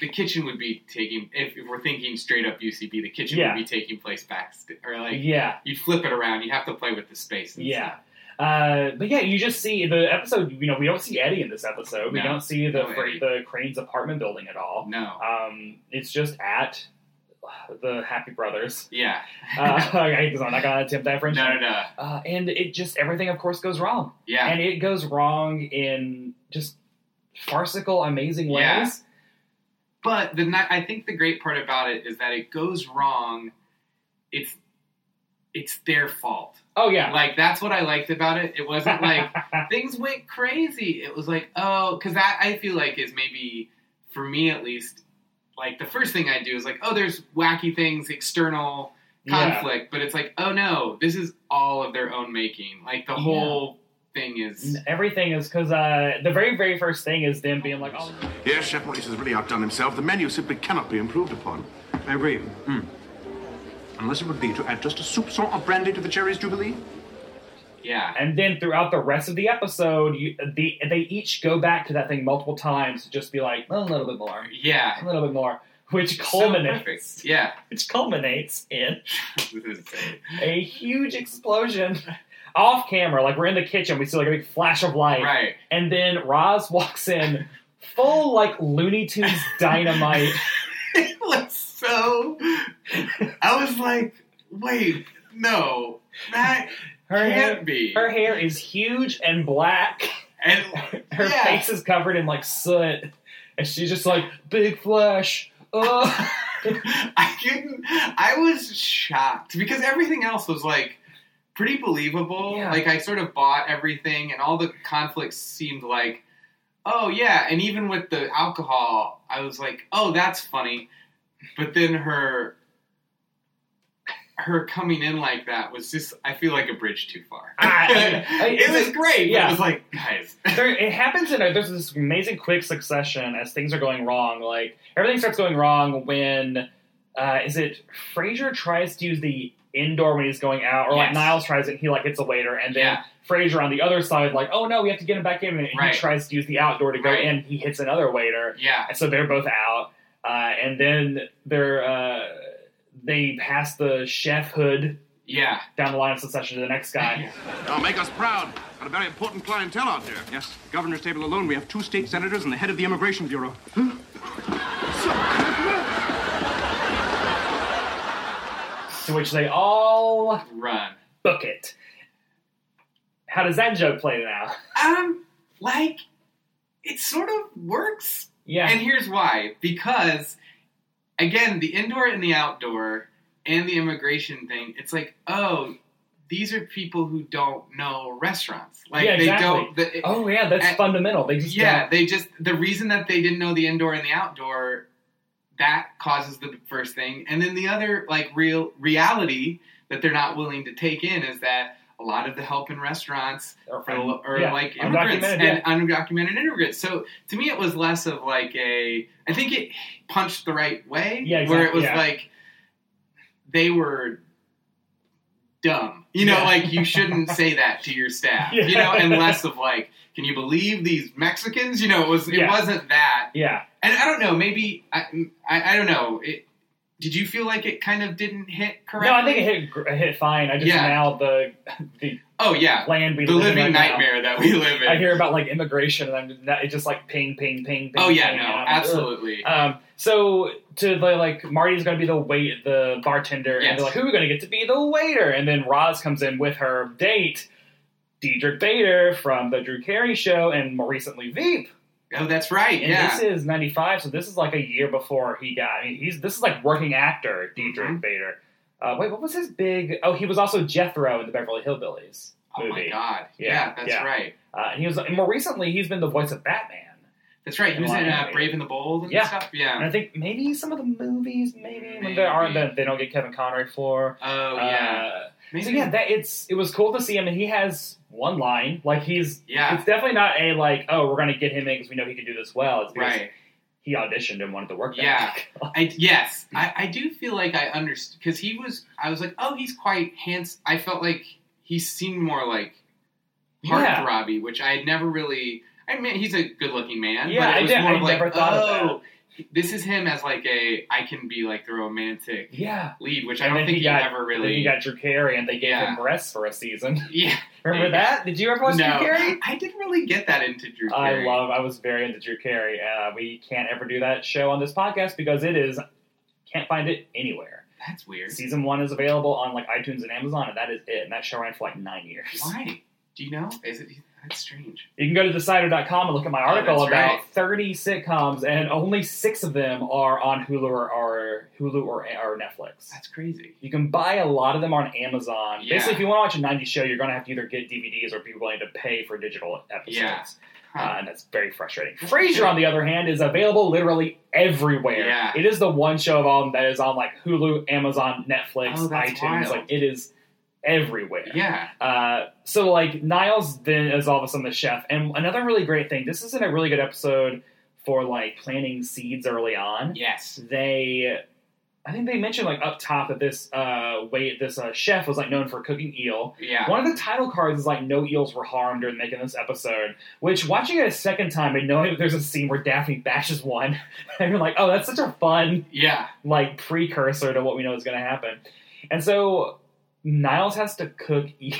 S2: the kitchen would be taking if, if we're thinking straight up UCB the kitchen
S1: Yeah.
S2: would be taking place backstage or like
S1: yeah.
S2: you flip it around. You have to play with the space. and
S1: Yeah.
S2: stuff.
S1: Uh, but yeah, you just see the episode. You know, we don't see Eddie in this episode. We
S2: No.
S1: don't see the
S2: No Eddie.
S1: the Crane's apartment building at all.
S2: No.
S1: Um, it's just at the Happy Brothers.
S2: Yeah.
S1: Uh, I hate this. I'm not gonna attempt that
S2: no,
S1: friendship.
S2: no, no.
S1: Uh, and it just everything, of course, goes wrong,
S2: Yeah.
S1: and it goes wrong in just farcical, amazing ways.
S2: Yeah. but the ni- I think the great part about it is that it goes wrong. It's it's their fault.
S1: Oh yeah.
S2: Like that's what I liked about it. It wasn't like things went crazy. It was like oh, because that I feel like is maybe for me at least. Like the first thing I do is like oh, there's wacky things external.
S1: Yeah.
S2: conflict, but it's like, oh no, this is all of their own making. Like the
S1: Yeah.
S2: whole thing is
S1: Everything is because uh, the very, very first thing is them being like, "Oh,
S3: Here, Chef Maurice has really outdone himself. The menu simply cannot be improved upon.
S4: I agree. Hmm. Unless it would be to add just a soupçon of brandy to the cherry's jubilee.
S2: yeah,
S1: And then throughout the rest of the episode, you, the, they each go back to that thing multiple times, to just be like a little bit more,
S2: yeah,
S1: a little bit more, which
S2: So
S1: culminates,
S2: perfect. yeah.
S1: which culminates in
S2: This is insane.
S1: a huge explosion off camera. Like we're in the kitchen, we see like a big flash of light,
S2: right.
S1: and then Roz walks in, full like Looney Tunes dynamite.
S2: It was so. I was like, wait, no, that
S1: Her
S2: can't
S1: hair,
S2: be.
S1: her hair is huge and black.
S2: and
S1: Her
S2: yeah.
S1: face is covered in like soot, and she's just like big flash. Oh." Ugh.
S2: I couldn't. I was shocked because everything else was like pretty believable.
S1: Yeah.
S2: Like I sort of bought everything, and all the conflicts seemed like, oh yeah. And even with the alcohol, I was like, oh that's funny. But then her her coming in like that was just. I feel like a bridge too far.
S1: Ah, I- I-
S2: it was great. Yeah.
S1: yeah.
S2: It was like guys.
S1: there, it happens in a, there's this amazing quick succession as things are going wrong. Like everything starts going wrong when uh, is it Frasier tries to use the indoor when he's going out, or like
S2: Yes.
S1: Niles tries it. He like it's a waiter, and then
S2: Yeah.
S1: Frasier on the other side like, oh no, we have to get him back in, and
S2: Right.
S1: he tries to use the outdoor to go
S2: Right.
S1: in. He hits another waiter,
S2: Yeah.
S1: and so they're both out. Uh, and then they're uh, they pass the chef hood
S2: Yeah.
S1: down the line of succession to the next guy.
S3: Now Oh, make us proud. Got a very important clientele out there.
S4: Yes, governor's table alone, we have two state senators and the head of the Immigration Bureau.
S1: to which they all
S2: Run.
S1: book it. How does that joke play now?
S2: Um. Like it sort of works
S1: Yeah.
S2: And here's why. Because, again, the indoor and the outdoor and the immigration thing, it's like, oh, these are people who don't know restaurants. Like,
S1: Yeah,
S2: they
S1: exactly.
S2: don't. The,
S1: oh yeah, that's
S2: and-
S1: fundamental. They just
S2: yeah,
S1: don't-
S2: they just. The reason that they didn't know the indoor and the outdoor, that causes the first thing. And then the other, like, real reality that they're not willing to take in is that, a lot of the help in restaurants
S1: Or-
S2: for the, lo- or
S1: yeah,
S2: like immigrants
S1: undocumented,
S2: and undocumented immigrants. So to me, it was less of like a. I think it punched the right way,
S1: Yeah,
S2: where it
S1: exactly,
S2: was
S1: yeah.
S2: like they were dumb. You know,
S1: Yeah.
S2: like you shouldn't say that to your staff. You
S1: Yeah.
S2: know, and less of like, can you believe these Mexicans? You know, it was it
S1: Yeah.
S2: wasn't that.
S1: yeah.
S2: And I don't know, maybe I I, I don't know. It, did you feel like it kind of didn't hit correctly?
S1: No, I think it hit gr- it hit fine. I just
S2: Yeah.
S1: now the the
S2: Oh yeah,
S1: land we
S2: the
S1: live in
S2: living
S1: right now.
S2: nightmare that we live in.
S1: I hear about like immigration, and I'm that- it just like ping, ping, ping, ping.
S2: oh yeah,
S1: ping,
S2: no,
S1: and I'm like, ugh.
S2: absolutely.
S1: Um, so to the like Marty's gonna be the wait the bartender,
S2: Yes.
S1: and they're like, who are we gonna get to be the waiter? And then Roz comes in with her date, Diedrich Bader from the Drew Carey show, and more recently Veep.
S2: oh, that's right.
S1: And
S2: Yeah,
S1: this is '95, so this is like a year before he got. I mean, he's this is like working actor Diedrich
S2: Mhm.
S1: Bader. Uh, wait, what was his big? Oh, he was also Jethro in the Beverly Hillbillies
S2: oh
S1: movie,
S2: my god.
S1: Yeah,
S2: Yeah, that's
S1: yeah.
S2: right.
S1: Uh, and he was and more recently he's been the voice of Batman,
S2: That's right. He was in uh, Brave and the Bold and
S1: Yeah.
S2: stuff.
S1: and
S2: Yeah.
S1: I think maybe some of the movies maybe, when there aren't
S2: Maybe.
S1: that they don't get Kevin Conroy for.
S2: Oh yeah.
S1: Uh, So yeah, that it's it was cool to see him, and he has one line. Like he's
S2: Yeah.
S1: it's definitely not a like oh we're gonna get him in because we know he can do this well. It's because
S2: right.
S1: he auditioned and wanted to work. That
S2: Yeah. I, yes, I, I do feel like I understood because he was. I was like, oh, he's quite handsome. I felt like he seemed more like
S1: Yeah.
S2: heartthrobby, which I had never really. I mean, he's a good-looking man,
S1: Yeah,
S2: but
S1: I
S2: it was
S1: did-
S2: more
S1: I
S2: of like,
S1: never thought of
S2: oh, this is him as like a I can be like the romantic
S1: yeah.
S2: lead, which I
S1: And
S2: don't
S1: then
S2: think
S1: he
S2: he,
S1: got-
S2: ever
S1: Then
S2: really.
S1: you got Drew Carey, and they gave
S2: Yeah.
S1: him breasts for a season.
S2: yeah,
S1: Remember
S2: Yeah.
S1: that? Did you ever
S2: no,
S1: watch Drew Carey?
S2: I didn't really get that into Drew.
S1: I
S2: Carey.
S1: love. I was very into Drew Carey. Uh, we can't ever do that show on this podcast because it is can't find it anywhere.
S2: That's weird.
S1: Season one is available on like iTunes and Amazon, and that is it. And that show ran for like nine years.
S2: Why? Do you know? Is it? That's strange.
S1: You can go to decider.com and look at my article
S2: that's
S1: about
S2: right.
S1: 30 sitcoms, and only six of them are on Hulu or, or Hulu or, or Netflix.
S2: That's crazy.
S1: You can buy a lot of them on Amazon.
S2: Yeah.
S1: Basically, if you want to watch a 90s show, you're going to have to either get DVDs or be willing to pay for digital episodes.
S2: Yeah.
S1: Uh,
S2: Huh.
S1: and that's very frustrating. Frasier, on the other hand, is available literally everywhere.
S2: Yeah.
S1: It is the one show of all of them that is on like Hulu, Amazon, Netflix,
S2: Oh, that's
S1: iTunes.
S2: wild.
S1: Like it is everywhere.
S2: yeah.
S1: Uh, so like Niles then is all of a sudden the chef, and another really great thing. This isn't a really good episode for like planting seeds early on.
S2: Yes.
S1: They, I think they mentioned like up top that this uh wait this uh, chef was like known for cooking eel.
S2: Yeah.
S1: One of the title cards is like no eels were harmed during making this episode, which watching it a second time and knowing that there's a scene where Daphne bashes one, and you're like, oh, that's such a fun
S2: Yeah.
S1: like precursor to what we know is going to happen. And so Niles has to cook eel,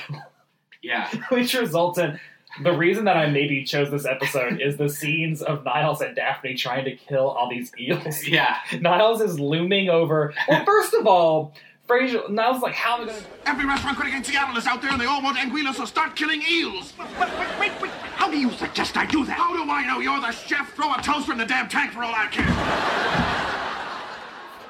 S2: Yeah.
S1: which results in the reason that I maybe chose this episode is the scenes of Niles and Daphne trying to kill all these eels.
S2: Yeah.
S1: Niles is looming over. Well, first of all, Frasier, Niles is like, how am I going to.
S3: Every restaurant critic in Seattle is out there, and they all want anguilla, so start killing eels. But, but, but, wait, wait. How do you suggest I do that? How do I know? You're the chef. Throw a toaster in the damn tank for all I care.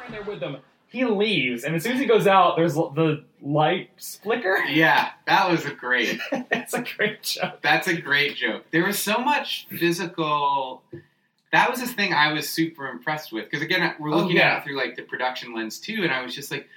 S1: in there with them? He leaves, and as soon as he goes out, there's l- the lights flicker.
S2: Yeah, that was a great.
S1: That's a great joke.
S2: That's a great joke. There was so much physical. That was this thing I was super impressed with because again, we're
S1: Oh,
S2: looking
S1: yeah.
S2: at it through like the production lens too, and I was just like,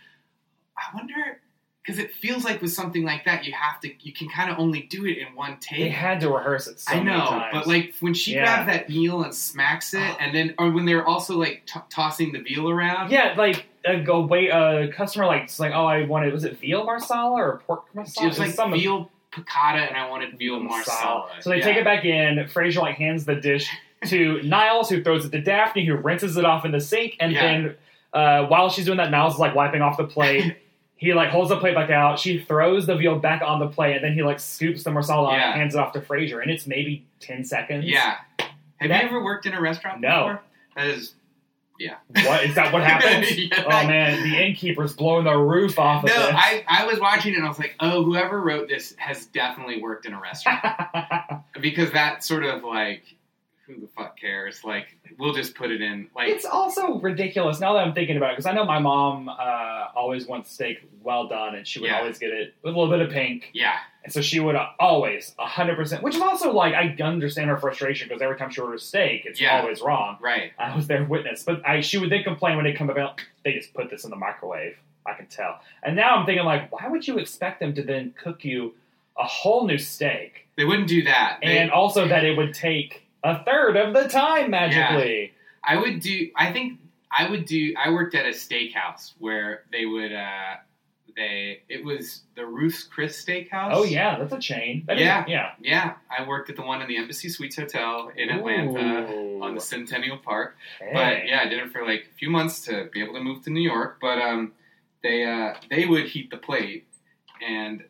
S2: I wonder because it feels like with something like that, you have to, you can kind of only do it in one
S1: They
S2: take.
S1: had to rehearse it so
S2: I
S1: many
S2: know,
S1: times.
S2: but like when she
S1: Yeah.
S2: grabs that eel and smacks it, and then or when they're also like t- tossing the veal around.
S1: Yeah, like a go wait a customer like it's like oh I wanted was it veal marsala or pork marsala?
S2: It was like
S1: some
S2: veal piccata, and I wanted veal marsala.
S1: So they
S2: Yeah.
S1: take it back in. Fraser like hands the dish to Niles, who throws it to Daphne, who rinses it off in the sink, and
S2: Yeah.
S1: then uh, while she's doing that, Niles is like wiping off the plate. He like holds the plate back out. She throws the veal back on the plate, and then he like scoops the marsala
S2: Yeah.
S1: and hands it off to Fraser, and it's maybe ten seconds.
S2: Yeah. Have
S1: That-
S2: you ever worked in a restaurant
S1: No.
S2: before? That is yeah.
S1: what is that? What happens?
S2: Yeah.
S1: Oh man, the innkeeper's blowing the roof off
S2: No,
S1: of this.
S2: I, I was watching it and I was like, oh, whoever wrote this has definitely worked in a restaurant. because that sort of like, who the fuck cares? Like, we'll just put it in. Like,
S1: It's also ridiculous now that I'm thinking about it because I know my mom uh, always wants steak well done, and she would
S2: Yeah.
S1: always get it with a little bit of pink,
S2: yeah,
S1: and so she would always 100. percent Which is also like I understand her frustration because every time she orders steak, it's
S2: Yeah.
S1: always wrong.
S2: right.
S1: I was their witness, but I she would then complain when they come about. They just put this in the microwave. I can tell. And now I'm thinking like, why would you expect them to then cook you a whole new steak?
S2: They wouldn't do that. They-
S1: And also that it would take a third of the time magically.
S2: I would do. I think I would do. I worked at a steakhouse where they would. Uh, they it was the Ruth's Chris Steakhouse.
S1: Oh yeah, that's a chain. That is-
S2: Yeah.
S1: yeah.
S2: yeah. I worked at the one in the Embassy Suites Hotel in Atlanta
S1: Ooh.
S2: on the Centennial Park.
S1: Hey.
S2: But yeah, I did it for like a few months to be able to move to New York. But um, they uh, they would heat the plate, and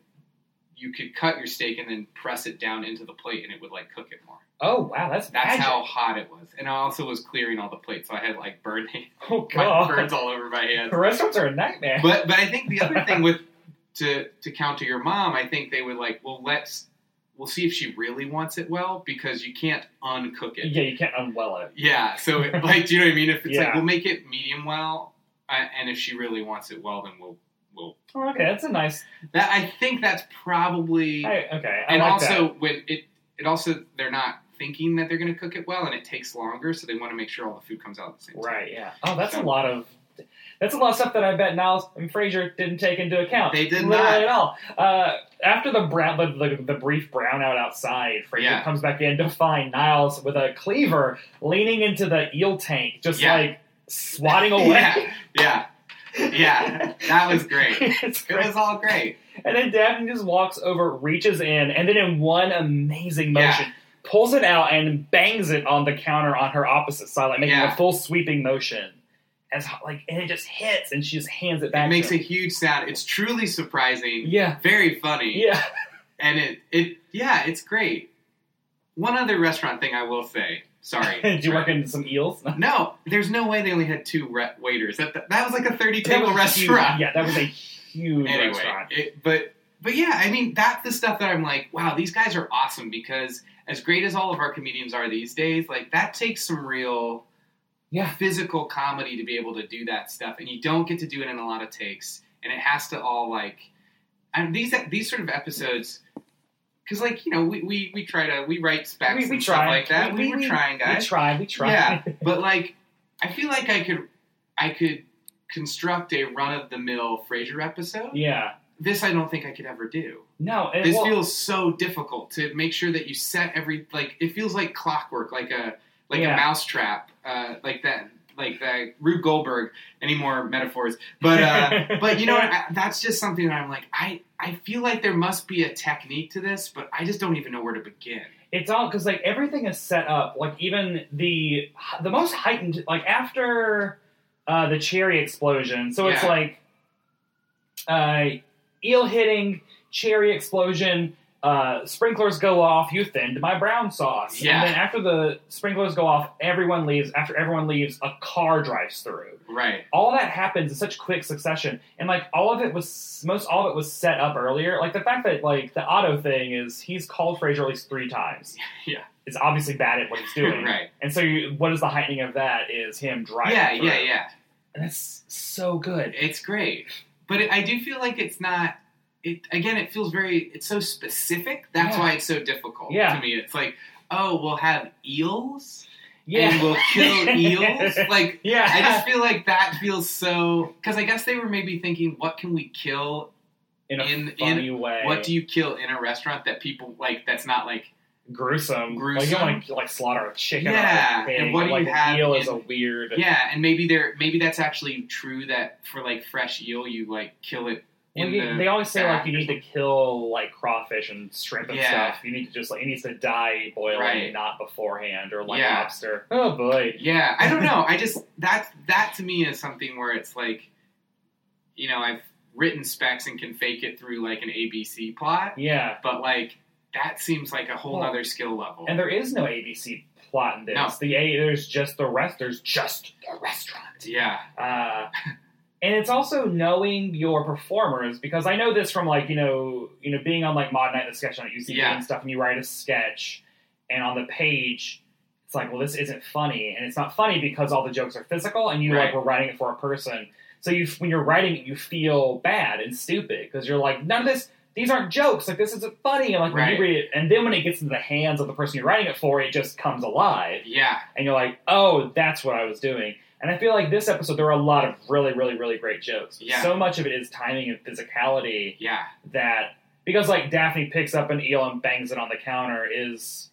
S2: you could cut your steak and then press it down into the plate, and it would like cook it more.
S1: Oh wow, that's
S2: That's
S1: magic.
S2: how hot it was. And I also was clearing all the plates, so I had like bird hand-
S1: oh
S2: my
S1: god.
S2: birds all over my hands.
S1: Restaurants are a nightmare.
S2: But but I think the other thing with to to counter your mom, I think they would like, well, let's we'll see if she really wants it well because you can't uncook it.
S1: yeah, you can't unwell it.
S2: Yeah, so it, like, do you know what I mean? If it's
S1: Yeah.
S2: like we'll make it medium well, uh, and if she really wants it well, then we'll we'll.
S1: Oh, okay, that's a nice.
S2: That I think that's probably
S1: I, okay, I
S2: and
S1: like
S2: also
S1: that.
S2: when it it also they're not thinking that they're going to cook it well, and it takes longer, so they want to make sure all the food comes out at the same time.
S1: right, yeah. Oh, that's a lot of. That's a lot of stuff that I bet Niles and Frazier didn't take into account.
S2: They did
S1: literally
S2: not.
S1: at all. Uh, after the brown, the, the, the brief brownout outside, Frazier
S2: Yeah.
S1: comes back in to find Niles with a cleaver leaning into the eel tank, just
S2: Yeah.
S1: like swatting away.
S2: yeah, yeah, yeah. That was great.
S1: It's
S2: It was all great.
S1: And then Daphne just walks over, reaches in, and then in one amazing
S2: Yeah.
S1: motion, pulls it out and bangs it on the counter on her opposite side, like making
S2: Yeah.
S1: a full sweeping motion. As like, and it just hits, and she just hands it back.
S2: It makes
S1: to
S2: a
S1: him.
S2: huge sound. It's truly surprising.
S1: yeah,
S2: Very funny.
S1: yeah.
S2: And it it yeah, it's great. One other restaurant thing I will say. Sorry.
S1: Did you work into some eels?
S2: No, there's no way they only had two re- waiters. That, that was like a 30 table
S1: That was a huge-
S2: restaurant.
S1: yeah, that was a huge
S2: Anyway,
S1: restaurant.
S2: it, but but yeah, I mean that's the stuff that I'm like, wow, these guys are awesome because as great as all of our comedians are these days, like that takes some real
S1: Yeah,
S2: physical comedy to be able to do that stuff, and you don't get to do it in a lot of takes, and it has to all like, and these these sort of episodes, because like you know we, we we try to we write specs
S1: we, we
S2: and stuff
S1: tried
S2: like that. We, were trying, guys.
S1: We tried. We tried.
S2: Yeah, but like I feel like I could I could construct a run of the mill Frasier episode.
S1: yeah.
S2: This I don't think I could ever do.
S1: No, and
S2: This
S1: well,
S2: feels so difficult to make sure that you set every like it feels like clockwork, like a like
S1: Yeah.
S2: a mousetrap, uh, like that like that Rube Goldberg. Any more metaphors? But uh, but you know what? I, that's just something that I'm like I I feel like there must be a technique to this, but I just don't even know where to begin.
S1: it's all because like everything is set up like even the the most heightened like after uh the cherry explosion so it's
S2: Yeah.
S1: like uh eel hitting cherry explosion uh sprinklers go off you thinned my brown sauce
S2: Yeah.
S1: and then after the sprinklers go off everyone leaves after everyone leaves a car drives through
S2: Right.
S1: all that happens in such quick succession and like all of it was most all of it was set up earlier like the fact that like the auto thing is he's called Fraser at least three times
S2: Yeah.
S1: is obviously bad at what he's doing
S2: Right.
S1: and so you, what is the heightening of that is him driving
S2: Yeah.
S1: through.
S2: Yeah. Yeah.
S1: and that's so good
S2: It's great, but it, I do feel like it's not. It again, it feels very. It's so specific. That's
S1: Yeah.
S2: why it's so difficult
S1: Yeah.
S2: to me. It's like, oh, we'll have eels
S1: yeah
S2: and we'll kill eels. Like,
S1: yeah
S2: I just feel like that feels so. Because I guess they were maybe thinking, what can we kill?
S1: in a
S2: in-
S1: funny way
S2: What do you kill in a restaurant that people like? That's not like
S1: gruesome like you
S2: Gruesome.
S1: don't want to like slaughter a chicken
S2: Yeah,
S1: or a pig,
S2: and what do
S1: like,
S2: you have
S1: eel is
S2: in-
S1: a weird
S2: yeah. And maybe they're maybe that's actually true that for like fresh eel, you like kill it.
S1: Well,
S2: In
S1: you-
S2: the
S1: they always say like
S2: back
S1: you
S2: or
S1: need to kill like crawfish and shrimp and
S2: Yeah.
S1: stuff. You need to just like it needs to die boiling,
S2: Right.
S1: not beforehand, or like
S2: Yeah.
S1: lobster. Oh boy,
S2: Yeah, I don't know. I just that that to me is something where it's like, you know, I've written specs and can fake it through like an ABC plot,
S1: yeah.
S2: but like that seems like a whole
S1: Well,
S2: other skill level.
S1: And there is no ABC plot in this.
S2: No.
S1: The a there's just the rest. There's just the restaurant.
S2: yeah,
S1: Uh, and it's also knowing your performers because I know this from like you know you know being on like Mod Night the sketch on UCB
S2: Yeah.
S1: and stuff, and you write a sketch, and on the page. It's like, well, this isn't funny, and it's not funny because all the jokes are physical, and you like
S2: Right.
S1: were writing it for a person. So you, when you're writing it, you feel bad and stupid because you're like, none of this, these aren't jokes. Like this isn't funny. And like when
S2: Right.
S1: you read it, and then when it gets into the hands of the person you're writing it for, it just comes alive
S2: yeah,
S1: and you're like, oh, that's what I was doing. And I feel like this episode, there were a lot of really, really, really great jokes.
S2: Yeah.
S1: So much of it is timing and physicality
S2: Yeah.
S1: that because like Daphne picks up an eel and bangs it on the counter is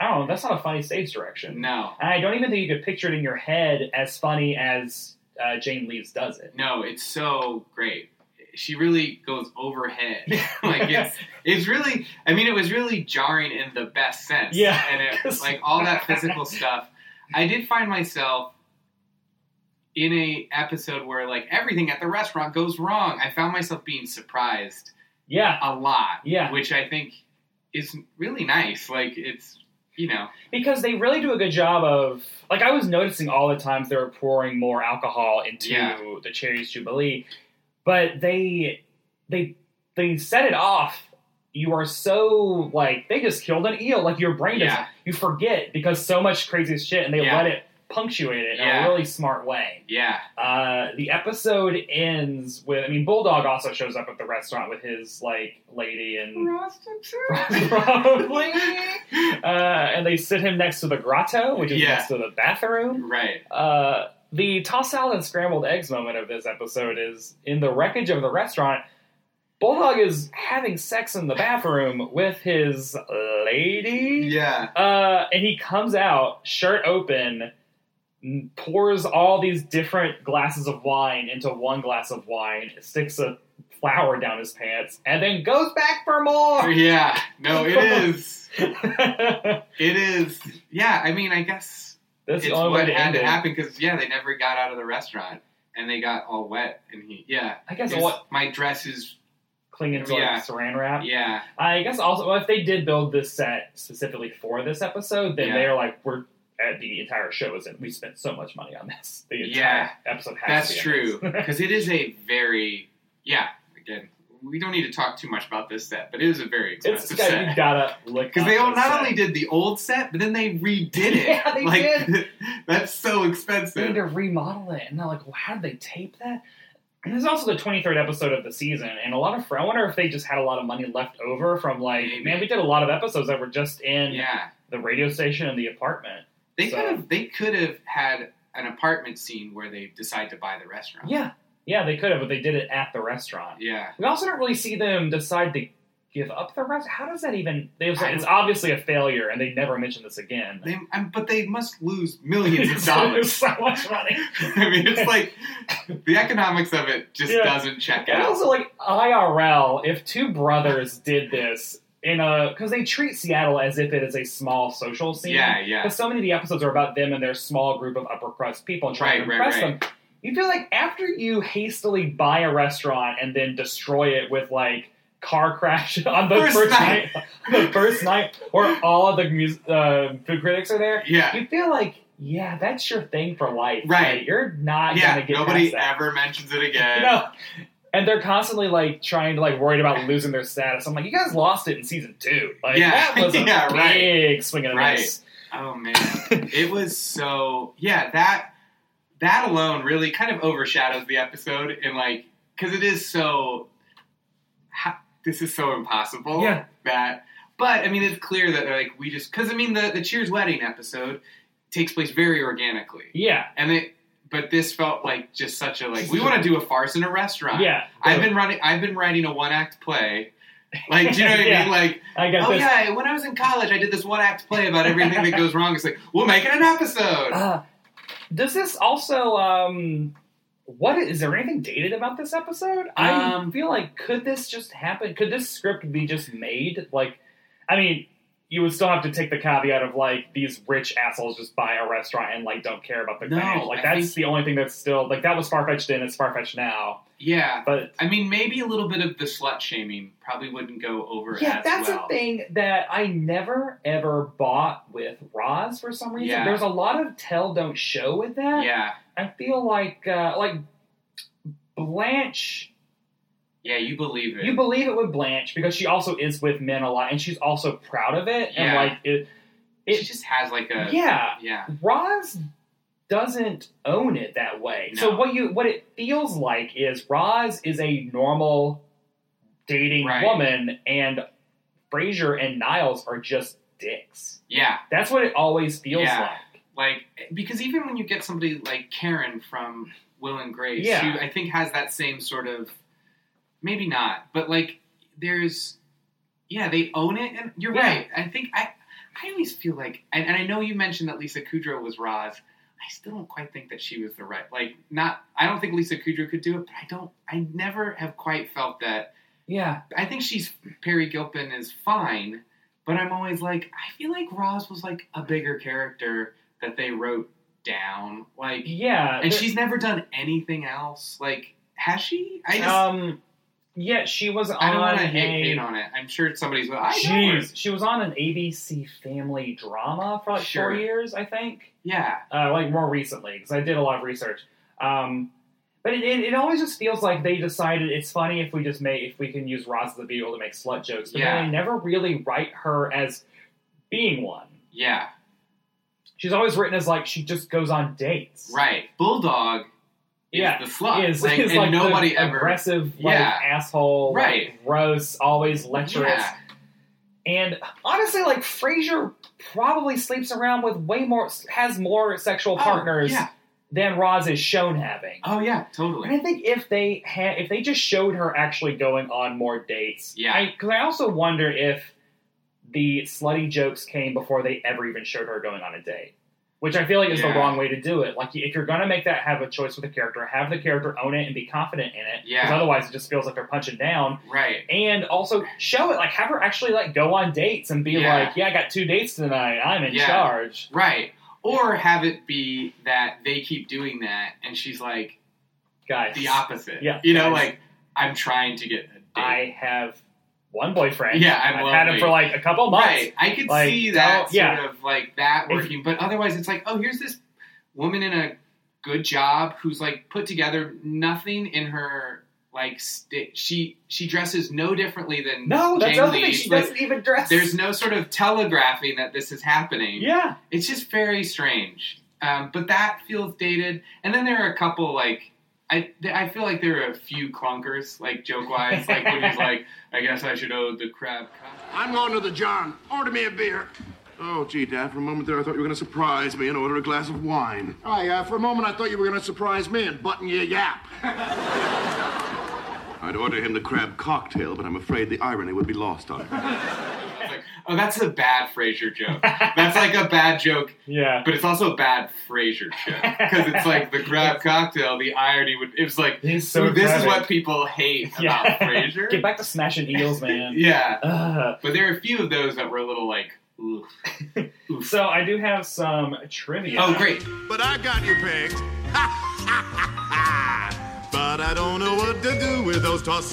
S1: I don't know, that's not a funny stage direction.
S2: No.
S1: And I don't even think you could picture it in your head as funny as uh, Jane Leaves does it.
S2: No, it's so great. She really goes overhead. like it's it's really I mean it was really jarring in the best sense.
S1: Yeah.
S2: And it like all that physical stuff. I did find myself in a episode where like everything at the restaurant goes wrong. I found myself being surprised
S1: Yeah,
S2: a lot.
S1: Yeah.
S2: Which I think is really nice. Like it's you know
S1: because they really do a good job of like I was noticing all the times they were pouring more alcohol into
S2: Yeah.
S1: the Cherry's Jubilee, but they they they set it off. You are so like they just killed an eel. Like your brain
S2: Yeah.
S1: doesn't you forget because so much crazy shit, and they
S2: Yeah.
S1: let it punctuate it in
S2: Yeah.
S1: a really smart way.
S2: yeah.
S1: Uh, the episode ends with I mean Bulldog also shows up at the restaurant with his like lady and probably uh, and they sit him next to the grotto, which is
S2: Yeah.
S1: next to the bathroom.
S2: right.
S1: Uh, the toss salad and scrambled eggs moment of this episode is in the wreckage of the restaurant. Bulldog is having sex in the bathroom with his lady.
S2: Yeah.
S1: Uh, and he comes out, shirt open, n- pours all these different glasses of wine into one glass of wine, sticks a flower down his pants, and then goes back for more.
S2: Yeah. No, it is.
S1: That's
S2: It is. Yeah, I mean, I guess it's
S1: the only
S2: what
S1: way to
S2: had
S1: end
S2: to
S1: it.
S2: happen because yeah, they never got out of the restaurant and they got all wet and he yeah.
S1: I guess
S2: His-
S1: what
S2: my dress is
S1: clinging to like
S2: Yeah.
S1: saran wrap.
S2: yeah
S1: I guess also well, if they did build this set specifically for this episode, then
S2: Yeah.
S1: they're like we're uh, the entire show is in. We spent so much money on this. The entire
S2: Yeah.
S1: episode has
S2: that's
S1: to be
S2: true because it is a very yeah again we don't need to talk too much about this set but it is a very
S1: It's
S2: expensive
S1: got, you
S2: set
S1: gotta look
S2: because
S1: up
S2: they all,
S1: this
S2: not
S1: set.
S2: only did the old set but then they redid it
S1: Yeah, they
S2: like that's so
S1: they need
S2: expensive
S1: to remodel it, and they're like, well, how did they tape that? And this is also the 23rd episode of the season, and a lot of. I wonder if they just had a lot of money left over from like,
S2: Maybe.
S1: man, we did a lot of episodes that were just in
S2: yeah
S1: the radio station and the apartment.
S2: they
S1: So-
S2: could have they could have had an apartment scene where they decide to buy the restaurant
S1: Yeah, yeah, they could have, but they did it at the restaurant.
S2: yeah
S1: We also don't really see them decide to give up the rest. How does that even? They was like,
S2: I-
S1: it's obviously a failure, and they never mention this again.
S2: They, um, but they must lose millions of dollars.
S1: so much money.
S2: I mean, it's like the economics of it just
S1: Yeah.
S2: doesn't check
S1: And
S2: out.
S1: also, like IRL, if two brothers did this in a, because they treat Seattle as if it is a small social scene.
S2: Yeah, yeah.
S1: Because so many of the episodes are about them and their small group of upper crust people and trying
S2: Right,
S1: to
S2: right,
S1: impress
S2: right.
S1: them. You feel like after you hastily buy a restaurant and then destroy it with like car crash on the first,
S2: First
S1: night,
S2: night.
S1: the first night, where all of the mus- uh, food critics are there,
S2: Yeah,
S1: you feel like yeah, that's your thing for life.
S2: Right.
S1: Like, you're not
S2: yeah.
S1: gonna get past
S2: Nobody
S1: that.
S2: ever mentions it again.
S1: No. And they're constantly like trying to like worried about losing their status. I'm like, you guys lost it in season two. Like
S2: Yeah.
S1: that was a
S2: Yeah, right.
S1: big swing and a
S2: Right.
S1: miss.
S2: Oh man, it was so. Yeah, that that alone really kind of overshadows the episode and like because it is so. ha- This is so impossible.
S1: Yeah.
S2: That, but I mean, it's clear that like we just because I mean the the Cheers wedding episode takes place very organically.
S1: Yeah,
S2: And they, but this felt like just such a like we want to do a farce in a restaurant.
S1: yeah.
S2: I've been running. I've been writing a one act play. Like, do you know what
S1: Yeah.
S2: I mean? Like,
S1: I got
S2: oh
S1: this.
S2: yeah, when I was in college, I did this one act play about everything that goes wrong. It's like we'll make it an episode.
S1: Uh, does this also um what is there anything dated about this episode? I
S2: Um,
S1: feel like could this just happen? Could this script be just made? Like I mean, you would still have to take the caveat of like these rich assholes just buy a restaurant and like don't care about the
S2: No,
S1: fans. Like
S2: I
S1: that's
S2: think-
S1: the only thing that's still like that was far fetched then, it's far fetched now.
S2: Yeah,
S1: But
S2: I mean maybe a little bit of the slut shaming probably wouldn't go over.
S1: Yeah,
S2: as
S1: that's
S2: well.
S1: a thing that I never ever bought with Roz for some reason.
S2: Yeah.
S1: There's a lot of tell don't show with that.
S2: Yeah,
S1: I feel like uh, like Blanche.
S2: yeah, you believe it.
S1: You believe it with Blanche because she also is with men a lot, and she's also proud of it. And
S2: Yeah.
S1: like it,
S2: she
S1: it
S2: just has like a
S1: yeah.
S2: yeah,
S1: Roz doesn't own it that way. So
S2: No.
S1: what you what it feels like is Roz is a normal dating
S2: Right.
S1: woman, and Frasier and Niles are just dicks.
S2: yeah.
S1: That's what it always feels
S2: Yeah.
S1: like.
S2: Like because even when you get somebody like Karen from Will and Grace,
S1: Yeah.
S2: who I think has that same sort of maybe not, but like there's yeah, they own it and you're
S1: Yeah.
S2: right. I think I I always feel like and, and I know you mentioned that Lisa Kudrow was Roz. I still don't quite think that she was the right like not I don't think Lisa Kudrow could do it, but I don't I never have quite felt that
S1: Yeah.
S2: I think she's Perry Gilpin is fine, but I'm always like, I feel like Roz was like a bigger character that they wrote down, like,
S1: Yeah.
S2: and
S1: there-
S2: she's never done anything else. Like, has she? I just
S1: um yeah, she was on
S2: I don't want to
S1: a
S2: hate, hate on it. I'm sure somebody's like, I know her.
S1: Jeez, she was on an ABC family drama for like
S2: Sure.
S1: four years, I think.
S2: Yeah,
S1: Uh, like more recently, because I did a lot of research. Um, but it, it, it always just feels like they decided it's funny if we just make if we can use Roz the Beagle to make slut jokes, but
S2: Yeah.
S1: then they never really write her as being one.
S2: yeah,
S1: She's always written as like she just goes on dates.
S2: right. Bulldog is
S1: Yeah,
S2: the slut,
S1: Is,
S2: like,
S1: is
S2: and
S1: like the
S2: nobody ever.
S1: aggressive, like
S2: Yeah.
S1: asshole, like,
S2: Right.
S1: gross, always lecherous.
S2: Yeah,
S1: And honestly, like Frasier probably sleeps around with way more, has more sexual
S2: Oh,
S1: partners
S2: yeah.
S1: than Roz is shown having.
S2: Oh yeah,
S1: And I
S2: totally.
S1: think if they had, if they just showed her actually going on more dates,
S2: Yeah.
S1: Because I, also wonder if the slutty jokes came before they ever even showed her going on a date, which I feel like is
S2: Yeah.
S1: the wrong way to do it. Like if you're gonna make that have a choice with a character, have the character own it and be confident in it.
S2: Yeah.
S1: 'Cause otherwise, it just feels like they're punching down
S2: Right.
S1: and also show it like have her actually like go on dates and be
S2: Yeah.
S1: like yeah i got two dates tonight i'm in
S2: Yeah.
S1: charge
S2: Right. Or have it be that they keep doing that, and she's like,
S1: guys
S2: the opposite.
S1: Yeah.
S2: You
S1: Guys.
S2: know, like I'm trying to get a date.
S1: i have one boyfriend
S2: Yeah, I'm
S1: have had him
S2: lonely.
S1: for like a couple months
S2: right. I could
S1: Like,
S2: see that
S1: don't- yeah.
S2: sort of like that
S1: If-
S2: working, but otherwise it's like, oh, here's this woman in a good job who's like put together nothing in her like sti- she she dresses no differently than
S1: no that's
S2: Jane
S1: the other thing
S2: Lee's.
S1: she
S2: Like,
S1: doesn't even dress
S2: there's no sort of telegraphing that this is happening.
S1: yeah
S2: It's just very strange. Um, but that feels dated. And then there are a couple like I th- I feel like there are a few clunkers like joke wise like when he's like I guess I should owe the crab. co-"
S3: I'm going to the John. Order me a beer. Oh, gee, Dad, for a moment there, I thought you were going to surprise me and order a glass of wine. Aye, uh, for a moment, I thought you were going to surprise me and button your yap. I'd order him the crab cocktail, but I'm afraid the irony would be lost on him.
S2: It's like, oh, that's a bad Frasier joke. That's like a bad joke,
S1: yeah
S2: but it's also a bad Frasier joke because it's like the crab cocktail. The irony would it's like
S1: He's so
S2: "Ooh, this is
S1: clever."
S2: what people hate about
S1: yeah
S2: Frasier.
S1: get back to smashing eels man
S2: Yeah,
S1: Ugh.
S2: but there are a few of those that were a little like. Ooh.
S1: so i do have some trivia
S2: Oh, great!
S3: But I got you pegged. but I don't know what to do with those tossed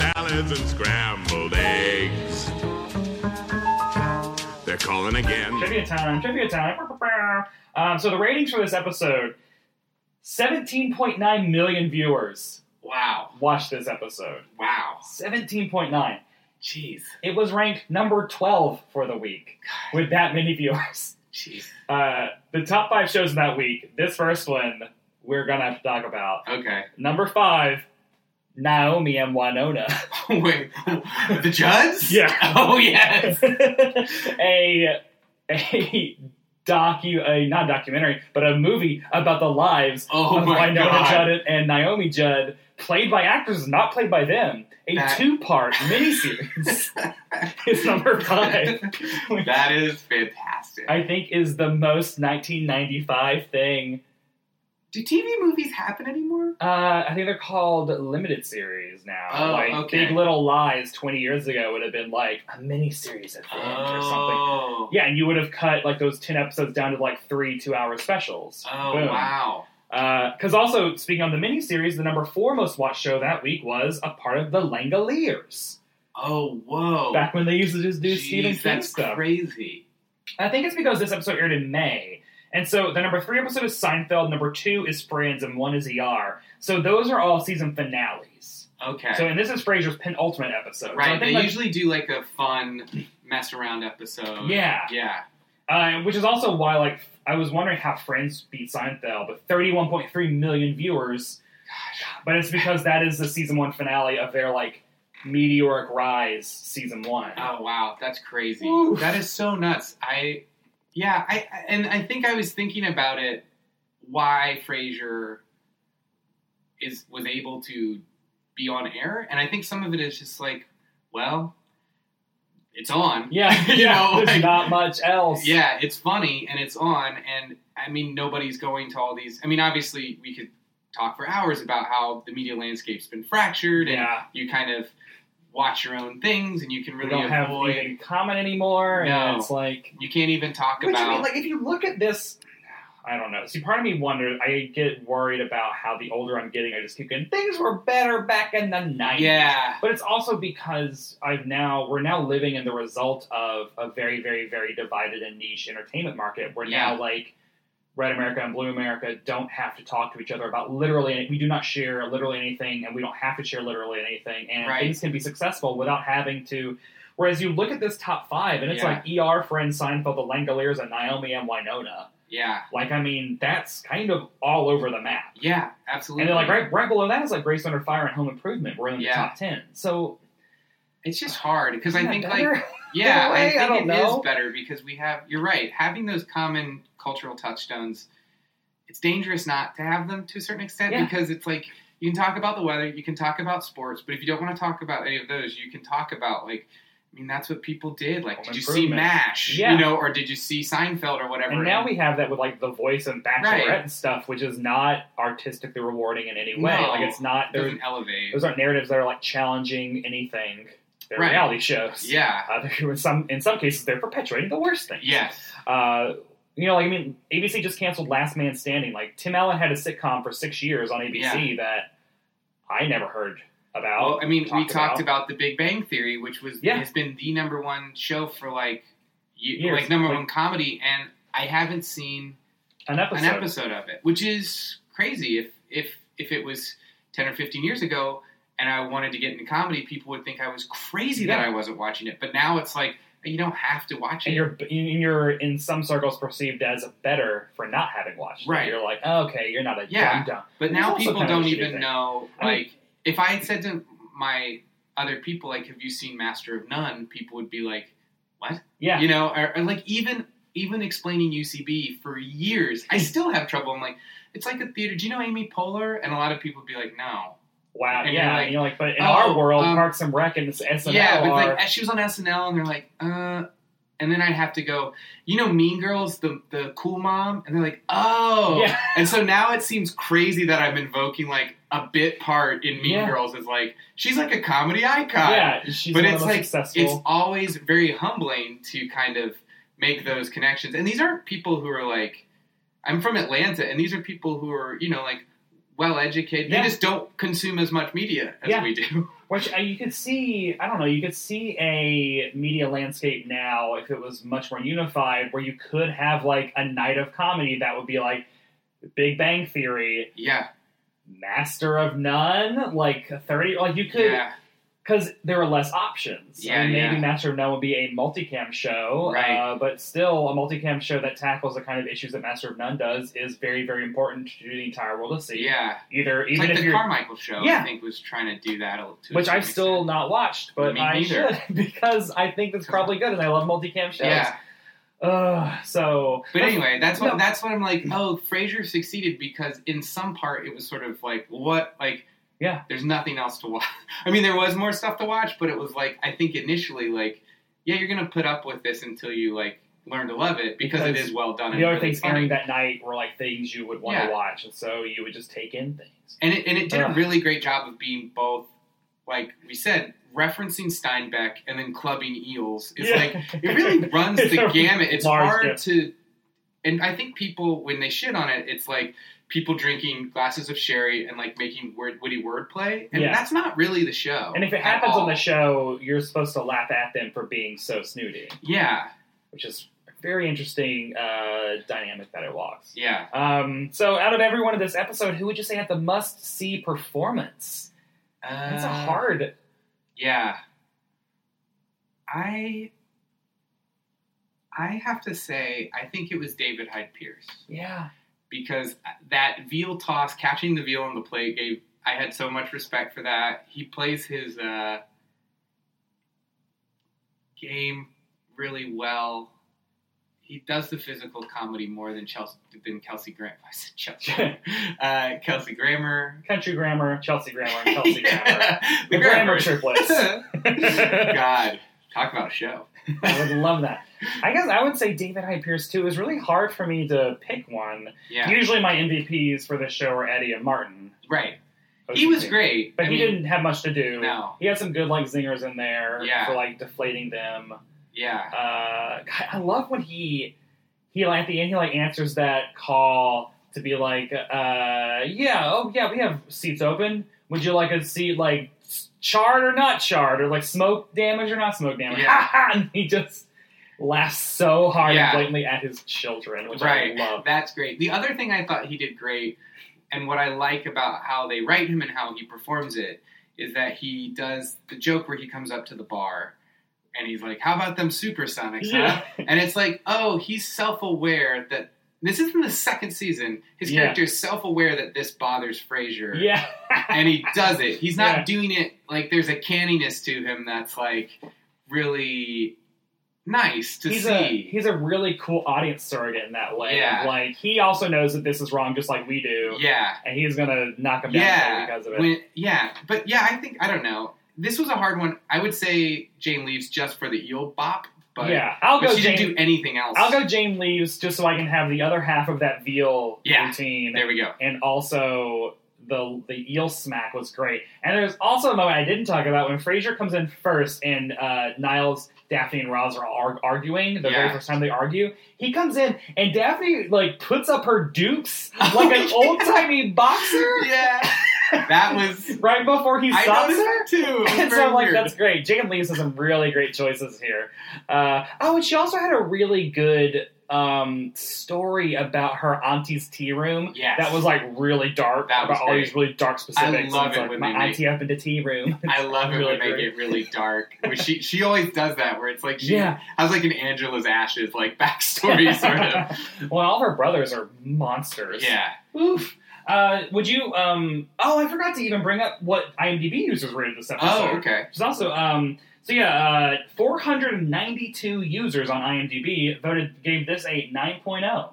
S3: salads and scrambled eggs. They're calling again.
S1: Trivia time, trivia time. Um, so the ratings for this episode 17.9 million viewers
S2: Wow,
S1: watched this episode.
S2: wow,
S1: 17.9.
S2: jeez,
S1: It was ranked number 12 for the week with that many viewers.
S2: jeez.
S1: Uh, the top five shows in that week, this first one we're going to have to talk about.
S2: Okay.
S1: Number five, Naomi and Winona.
S2: Wait, the Oh, Judds?
S1: Yeah.
S2: Oh yes.
S1: a a docu, a not documentary, but a movie about the lives
S2: Oh
S1: of
S2: my
S1: Winona
S2: God.
S1: Judd and Naomi Judd, played by actors not played by them. A
S2: That-
S1: two-part miniseries is number five.
S2: that is fantastic.
S1: I think is the most 1995 thing.
S2: Do TV movies happen anymore?
S1: Uh, I think they're called limited series now.
S2: Oh,
S1: like
S2: okay.
S1: Big Little Lies 20 years ago would have been like a miniseries event or something.
S2: Oh,
S1: Yeah, and you would have cut like those ten episodes down to like three two-hour specials.
S2: Oh
S1: Boom.
S2: wow.
S1: Because also speaking on the miniseries, the number four most watched show that week was a part of the Langoliers.
S2: Oh whoa.
S1: Back when they used to just do
S2: Jeez,
S1: Stephen King
S2: that's
S1: stuff.
S2: crazy.
S1: I think it's because this episode aired in May. And so the number three episode is Seinfeld, number two is Friends, and one is ER. So those are all season finales.
S2: Okay.
S1: So and this is Frasier's penultimate episode. So I
S2: right.
S1: think,
S2: They
S1: like,
S2: usually do like a fun mess around episode.
S1: Yeah.
S2: Yeah.
S1: uh, which is also why like I was wondering how Friends beat Seinfeld, but 31.3 million viewers. But it's because that is the season one finale of their like meteoric rise season one.
S2: Oh wow, that's crazy.
S1: Woo.
S2: That is so nuts. I yeah, I I- and I think I was thinking about it why Frasier is was able to be on air and I think some of it is just like, well, it's on.
S1: Yeah,
S2: you
S1: yeah,
S2: know,
S1: there's
S2: like-
S1: not much else.
S2: Yeah, it's funny and it's on, and I mean nobody's going to all these. I mean, obviously we could talk for hours about how the media landscape's been fractured, and
S1: Yeah.
S2: you kind of watch your own things, and you can
S1: we
S2: really
S1: don't have
S2: avoid.
S1: anything common anymore,
S2: No.
S1: and it's like
S2: You can't even talk
S1: Which
S2: about.
S1: I mean, like, if you look at this, I don't know. See, part of me wonders. I get worried about how the older I'm getting, I just keep getting things were better back in the nineties.
S2: yeah,
S1: But it's also because I've now we're now living in the result of a very, very, very divided and niche entertainment market. Where now
S2: Yeah.
S1: like Red America and Blue America don't have to talk to each other about literally. any- We do not share literally anything, and we don't have to share literally anything. And
S2: Right.
S1: things can be successful without having to. Whereas you look at this top five, and it's
S2: Yeah.
S1: like ER, Friends, Seinfeld, The Langoliers, and Naomi and Winona.
S2: yeah,
S1: Like, I mean, that's kind of all over the map.
S2: yeah, absolutely.
S1: And then, like right, right below that is like Grace Under Fire and Home Improvement. We're in the
S2: Yeah.
S1: top ten. So
S2: it's just hard because I
S1: isn't
S2: think
S1: that
S2: like
S1: better?
S2: Yeah,
S1: In a way,
S2: I think
S1: I
S2: it
S1: don't
S2: is
S1: know.
S2: better because we have. You're right. Having those common cultural touchstones, it's dangerous not to have them to a certain extent
S1: Yeah.
S2: because it's like you can talk about the weather, you can talk about sports, but if you don't want to talk about any of those, you can talk about like. I mean, that's what people did. Like,
S1: Home
S2: did you see
S1: Improvement.
S2: Mash?
S1: Yeah.
S2: You know, or did you see Seinfeld or whatever?
S1: And now we have that with like the voice and bachelorette
S2: Right.
S1: and stuff, which is not artistically rewarding in any way.
S2: No.
S1: Like it's not
S2: it
S1: there's
S2: doesn't elevate.
S1: those aren't narratives that are like challenging anything. They're
S2: Right.
S1: reality shows.
S2: yeah.
S1: Uh, they're- in some in some cases they're perpetuating the worst thing.
S2: Yes.
S1: Uh you know, like I mean, ABC just canceled Last Man Standing. Like Tim Allen had a sitcom for six years on ABC that I never heard about.
S2: Well, I mean, we talked
S1: about.
S2: about the Big Bang Theory, which was
S1: Yeah.
S2: has been the number one show for like ye-
S1: Years.
S2: like number
S1: Like-
S2: one comedy, and I haven't seen
S1: an episode.
S2: an episode of it, which is crazy. If if if it was ten or fifteen years ago, and I wanted to get into comedy, people would think I was crazy that
S1: Yeah.
S2: I wasn't watching it. But now it's like you don't have to watch it.
S1: and you're and you're in some circles perceived as better for not having watched. it.
S2: Right.
S1: You're like, "Oh, okay, you're not a
S2: Yeah,
S1: dumb dumb.
S2: But
S1: It's
S2: now
S1: also
S2: people
S1: kind of a
S2: don't
S1: shitty
S2: even
S1: thing.
S2: know.
S1: I mean-
S2: Like, if I had said to my other people, like, "Have you seen Master of None?" People would be like, "What?"
S1: Yeah.
S2: you know, or, or like even even explaining UCB for years, I still have trouble. I'm like, it's like a theater. Do you know Amy Poehler? And a lot of people would be like, "No."
S1: Wow.
S2: And
S1: yeah.
S2: you're like,
S1: and you're like, but in
S2: oh,
S1: our world,
S2: um,
S1: Parks and Rec and SNL
S2: yeah, but
S1: are.
S2: like she was on SNL, and they're like, "Uh." And then I'd have to go, you know, Mean Girls, the the cool mom, and they're like, oh,
S1: Yeah.
S2: and so now it seems crazy that I'm invoking like a bit part in Mean
S1: Yeah.
S2: Girls is like she's like a comedy icon,
S1: yeah, she's one
S2: but it's
S1: of the most
S2: like
S1: successful.
S2: it's always very humbling to kind of make those connections. And these aren't people who are like, I'm from Atlanta, and these are people who are you know like well educated.
S1: Yeah.
S2: They just don't consume as much media as
S1: Yeah.
S2: we do.
S1: Which uh, you could see, I don't know, you could see a media landscape now if it was much more unified, where you could have like a night of comedy that would be like Big Bang Theory,
S2: yeah,
S1: Master of None, like thirty, like you could.
S2: yeah,
S1: because there are less options. I
S2: Yeah,
S1: mean, maybe
S2: yeah.
S1: Master of None would be a multicam show,
S2: Right.
S1: uh, but still, a multicam show that tackles the kind of issues that Master of None does is very, very important to the entire world to see.
S2: yeah.
S1: Either,
S2: It's
S1: even
S2: like
S1: if
S2: the
S1: you're,
S2: Carmichael show,
S1: Yeah.
S2: I think, was trying to do that. a- To a
S1: which
S2: certain
S1: I've still
S2: extent.
S1: not watched, but
S2: Me
S1: I
S2: neither.
S1: should because I think that's probably good, and I love multicam shows.
S2: Yeah,
S1: Uh, so,
S2: But anyway, that's what
S1: No.
S2: that's what I'm like. Oh, Frasier succeeded because in some part it was sort of like what like
S1: Yeah.
S2: there's nothing else to watch. I mean, there was more stuff to watch, but it was like I think initially like yeah, you're gonna put up with this until you like learn to love it because, it
S1: Because
S2: is well done.
S1: The
S2: and
S1: other
S2: really
S1: things
S2: funny.
S1: airing that night were like things you would want
S2: Yeah.
S1: to watch, and so you would just take in things.
S2: and it and it did a
S1: Ugh.
S2: really great job of being both like we said referencing Steinbeck and then clubbing eels is
S1: Yeah.
S2: like it really runs
S1: It's
S2: the
S1: a
S2: gamut. It's
S1: large
S2: hard
S1: dip.
S2: to, and I think people when they shit on it, it's like people drinking glasses of sherry and like making word, witty wordplay, and
S1: Yeah.
S2: that's not really the show.
S1: And if it
S2: at
S1: happens
S2: all.
S1: on the show, you're supposed to laugh at them for being so snooty,
S2: yeah,
S1: which is a very interesting uh, dynamic that it walks.
S2: yeah,
S1: Um, so, out of everyone in this episode, who would you say had the must see performance? That's a
S2: Uh,
S1: hard.
S2: Yeah. I I have to say, I think it was David Hyde Pierce
S1: Yeah.
S2: because that veal toss, catching the veal on the plate, gave I had so much respect for that. He plays his uh, game really well. He does the physical comedy more than Chelsea than Kelsey Grammer. I said Chelsea, uh, Kelsey Grammer.
S1: Country grammar, Chelsea grammar, and Kelsey grammar.
S2: the
S1: The grammar
S2: Grammar.
S1: triplets.
S2: God, talk about a show.
S1: I would love that. I guess I would say David Hyde Pierce too. It was really hard for me to pick one.
S2: Yeah,
S1: Usually my MVPs for this show are Eddie and Martin.
S2: right. He was great,
S1: But
S2: I
S1: he
S2: mean,
S1: didn't have much to do.
S2: No.
S1: He had some good like zingers in there
S2: Yeah.
S1: for like deflating them.
S2: Yeah,
S1: Uh, God, I love when he he like at the end he like answers that call to be like, uh, yeah, oh yeah, we have seats open. Would you like a seat like s- charred or not charred or like smoke damage or not smoke damage?
S2: Yeah.
S1: and he just laughs so hard
S2: Yeah.
S1: and blatantly at his children, which
S2: right.
S1: I love.
S2: That's great. The other thing I thought he did great, and what I like about how they write him and how he performs it, is that he does the joke where he comes up to the bar and he's like, How about them supersonics, huh? And it's like, Oh, he's self aware that this isn't the second season. His
S1: Yeah.
S2: character is self aware that this bothers Frasier.
S1: Yeah.
S2: and he does it. He's not
S1: Yeah.
S2: doing it like there's a canniness to him that's like really nice to
S1: he's
S2: see.
S1: a he's a really cool audience surrogate in that way.
S2: Yeah.
S1: Like he also knows that this is wrong, just like we do,
S2: yeah,
S1: and he's gonna knock him down
S2: yeah,
S1: because of it.
S2: When- yeah, but yeah, I think I don't know. This was a hard one. I would say Jane leaves just for the eel bop, but
S1: yeah, I'll
S2: but
S1: go
S2: she
S1: Jane.
S2: didn't do anything else.
S1: I'll go Jane leaves just so I can have the other half of that veal
S2: Yeah.
S1: routine,
S2: There we go.
S1: and also the the eel smack was great. And there's also a moment I didn't talk about when Frasier comes in first, and uh, Niles, Daphne, and Roz are ar- arguing the very
S2: Yeah.
S1: first time they argue. He comes in and Daphne like puts up her dukes like an old timey boxer.
S2: Yeah, that was.
S1: right before he
S2: I
S1: stops
S2: noticed
S1: her.
S2: that too. It was
S1: And so
S2: very
S1: I'm like,
S2: weird.
S1: that's great. Jacob Leaves has some really great choices here. Uh, oh, and she also had a really good um, story about her auntie's tea room.
S2: Yes.
S1: That was like really dark
S2: That was
S1: about all
S2: great.
S1: these really dark specifics.
S2: love
S1: And it's
S2: it
S1: like,
S2: when
S1: my
S2: they make-
S1: auntie up in the tea room.
S2: I love it
S1: Really
S2: when they
S1: great.
S2: get really dark. Where she she always does that. Where it's like she
S1: Yeah.
S2: has like an Angela's Ashes like backstory sort of.
S1: well, all of her brothers are monsters.
S2: Yeah.
S1: Oof. Uh, would you? Um, oh, I forgot to even bring up what IMDb users rated this episode.
S2: Oh, okay.
S1: There's also um so yeah, uh, 492 users on IMDb voted gave this a 9.0.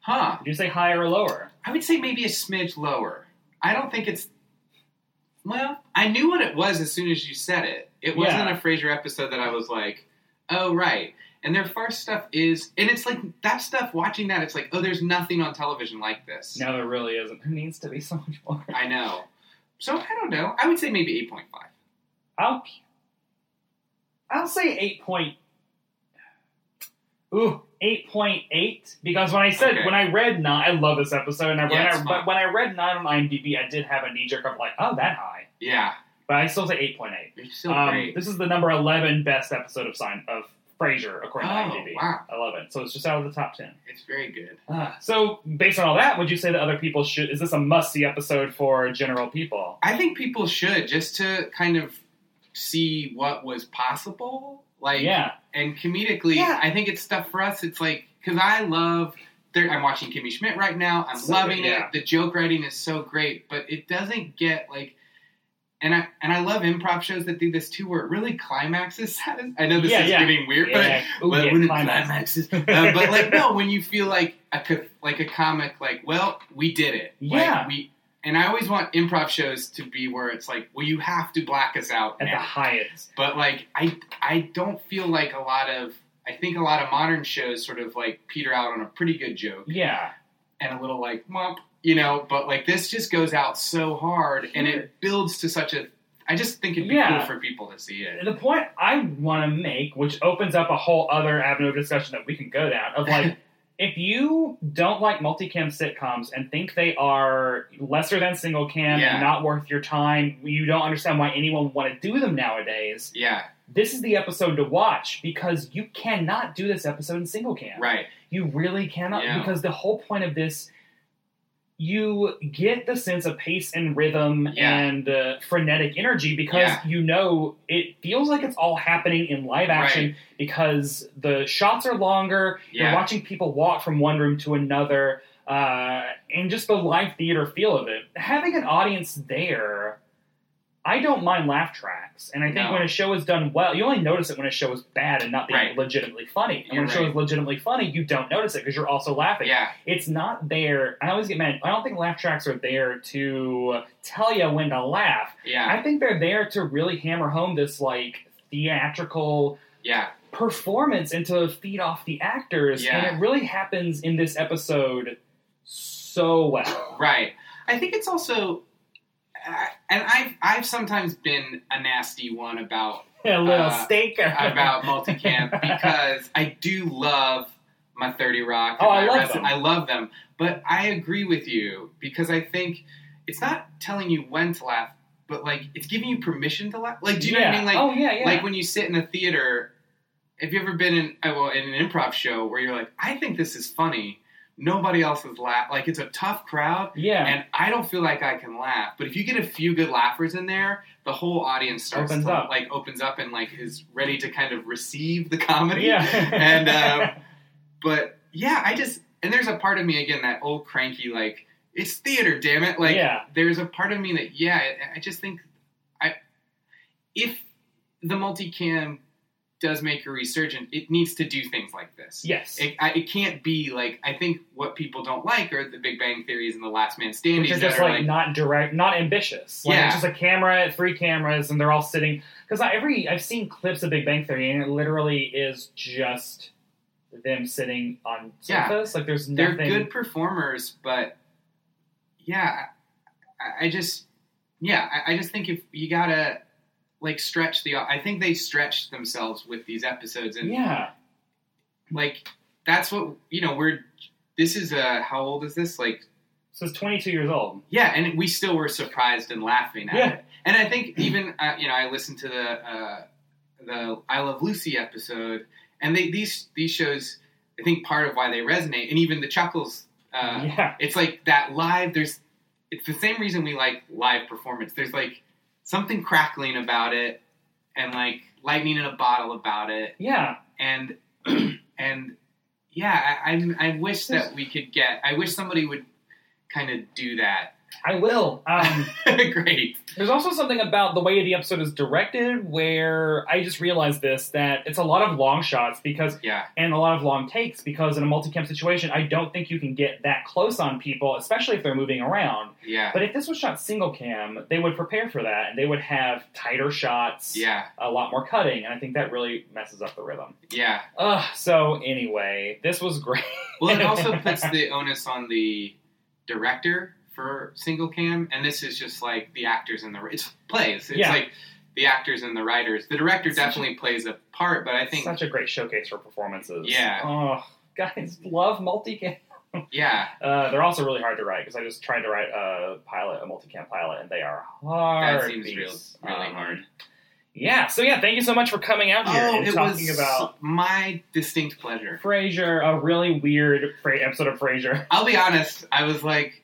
S2: Huh.
S1: Would you say higher or lower?
S2: I would say maybe a smidge lower. I don't think it's. Well, I knew what it was as soon as you said it. It wasn't
S1: Yeah.
S2: a Frasier episode that I was like, oh, right. And their first stuff is. And it's like, that stuff, watching that, it's like, oh, there's nothing on television like this.
S1: No, there really isn't. There needs to be so much more.
S2: I know. So I don't know. I would say maybe 8.5.
S1: I'll I'll say eight point. Ooh, eight point eight. Because when I said
S2: Okay.
S1: when I read nine, I love this episode, and I,
S2: Yeah,
S1: when,
S2: it's
S1: I,
S2: fun.
S1: but when I read nine on IMDb, I did have a knee jerk of like, oh, that high.
S2: Yeah.
S1: But I still say eight point eight.
S2: It's still
S1: Um,
S2: great.
S1: This is the number eleven best episode of Sign of Frasier according
S2: Oh,
S1: to IMDb.
S2: wow.
S1: I love it. So it's just out of the top ten.
S2: It's very good.
S1: Ah, so based on all that, would you say that other people should? Is this a must see episode for general people?
S2: I think people should just to kind of see what was possible. Like,
S1: Yeah.
S2: and comedically,
S1: Yeah.
S2: I think it's stuff for us. It's like because I love. There, I'm watching Kimmy Schmidt right now. I'm
S1: So
S2: loving
S1: good, yeah.
S2: it. The joke writing is so great, but it doesn't get like and I and I love improv shows that do this too, where it really climaxes. I know this
S1: Yeah,
S2: is
S1: yeah.
S2: getting weird,
S1: Yeah.
S2: but
S1: Ooh,
S2: but
S1: yeah,
S2: when it
S1: climaxes.
S2: climaxes, uh, but like no, when you feel like a co- like a comic, like well, we did it. Like,
S1: Yeah.
S2: we. And I always want improv shows to be where it's like, well, you have to black us out
S1: at the
S2: now.
S1: highest.
S2: But like I I don't feel like a lot of I think a lot of modern shows sort of like peter out on a pretty good joke
S1: Yeah.
S2: and a little like womp, you know, but like this just goes out so hard and it builds to such a I just think it'd be
S1: Yeah.
S2: cool for people to see it.
S1: The point I want to make, which opens up a whole other avenue of discussion that we can go down, of like, if you don't like multicam sitcoms and think they are lesser than single cam
S2: Yeah.
S1: and not worth your time, you don't understand why anyone would want to do them nowadays.
S2: Yeah,
S1: This is the episode to watch because you cannot do this episode in single cam.
S2: right.
S1: You really cannot
S2: Yeah.
S1: because the whole point of this you get the sense of pace and rhythm
S2: Yeah.
S1: and uh, frenetic energy because
S2: Yeah.
S1: you know it feels like it's all happening in live action
S2: Right.
S1: because the shots are longer
S2: Yeah.
S1: you're watching people walk from one room to another uh, and just the live theater feel of it having an audience there i don't mind laugh tracks and i think
S2: No.
S1: when a show is done well you only notice it when a show is bad and not being
S2: Right.
S1: legitimately funny and
S2: You're
S1: when a show
S2: right.
S1: is legitimately funny you don't notice it because you're also laughing
S2: Yeah.
S1: it's not there. I always get mad. I don't think laugh tracks are there to tell you when to laugh.
S2: Yeah.
S1: I think they're there to really hammer home this like theatrical
S2: Yeah.
S1: performance and to feed off the actors.
S2: Yeah.
S1: And it really happens in this episode so well.
S2: Right. I think it's also uh, and I've I've sometimes been a nasty one about
S1: a little
S2: Uh,
S1: staker.
S2: about multicam because I do love my 30 Rock. and
S1: Oh, I
S2: my
S1: love
S2: Rest-
S1: them.
S2: I love them. But I agree with you because I think it's not telling you when to laugh, but like it's giving you permission to laugh. Like, do you know what I
S1: Yeah.
S2: mean? Like,
S1: oh yeah, yeah.
S2: like when you sit in a theater, have you ever been in uh, well in an improv show where you're like, I think this is funny. Nobody else is laugh. Like it's a tough crowd,
S1: yeah.
S2: and I don't feel like I can laugh. But if you get a few good laughers in there, the whole audience starts
S1: Opens
S2: to,
S1: up.
S2: like opens up and like is ready to kind of receive the comedy.
S1: yeah.
S2: and um, but yeah, I just and there's a part of me again that old cranky like it's theater, damn it. Like
S1: Yeah.
S2: there's a part of me that yeah, I, I just think I if the multicam does make a resurgence, it needs to do things like this.
S1: yes.
S2: It, I, it can't be like I think what people don't like are the Big Bang theories and the Last Man
S1: which
S2: Standing
S1: are
S2: that
S1: just
S2: are
S1: like, not direct, not ambitious. Like,
S2: Yeah.
S1: it's just a camera, three cameras, and they're all sitting. Because every I've seen clips of Big Bang Theory, and it literally is just them sitting on
S2: Yeah.
S1: sofas. Like there's
S2: they're
S1: nothing.
S2: good performers, but yeah, I, I just yeah, I, I just think if you gotta like stretch the, I think they stretched themselves with these episodes, and
S1: Yeah,
S2: like that's what you know we're. This is a how old is this? Like
S1: so it's 22 years old.
S2: yeah, and we still were surprised and laughing at
S1: Yeah.
S2: it. And I think even uh, you know I listened to the uh, the I Love Lucy episode, and they these these shows. I think part of why they resonate, and even the chuckles. Uh,
S1: yeah,
S2: it's like that live there's it's the same reason we like live performance there's like something crackling about it and like lightning in a bottle about it
S1: yeah.
S2: and and yeah I, I, I wish that we could get i wish somebody would kind of do that
S1: I will. Um,
S2: great
S1: There's also something about the way the episode is directed where I just realized this that it's a lot of long shots because
S2: Yeah.
S1: and a lot of long takes because in a multicam situation I don't think you can get that close on people especially if they're moving around.
S2: yeah
S1: But if this was shot single cam, they would prepare for that and they would have tighter shots,
S2: yeah
S1: a lot more cutting and I think that really messes up the rhythm.
S2: yeah
S1: Ugh, so anyway, this was great.
S2: well it also puts the onus on the director for single cam and this is just like the actors and the it's plays it's
S1: Yeah.
S2: like the actors and the writers the director
S1: Such a-
S2: definitely plays a part but i think
S1: Such a great showcase for performances.
S2: Yeah.
S1: Oh, guys love multicam.
S2: yeah
S1: Uh, they're also really hard to write because I just tried to write a pilot, a multicam pilot, and they are hard.
S2: that seems real, really
S1: beasts. Um,
S2: hard
S1: Yeah. So yeah, thank you so much for coming out here and
S2: Oh, it
S1: talking
S2: was
S1: about
S2: my distinct pleasure
S1: Frasier, a really weird fra- episode of Frasier.
S2: i'll be honest i was like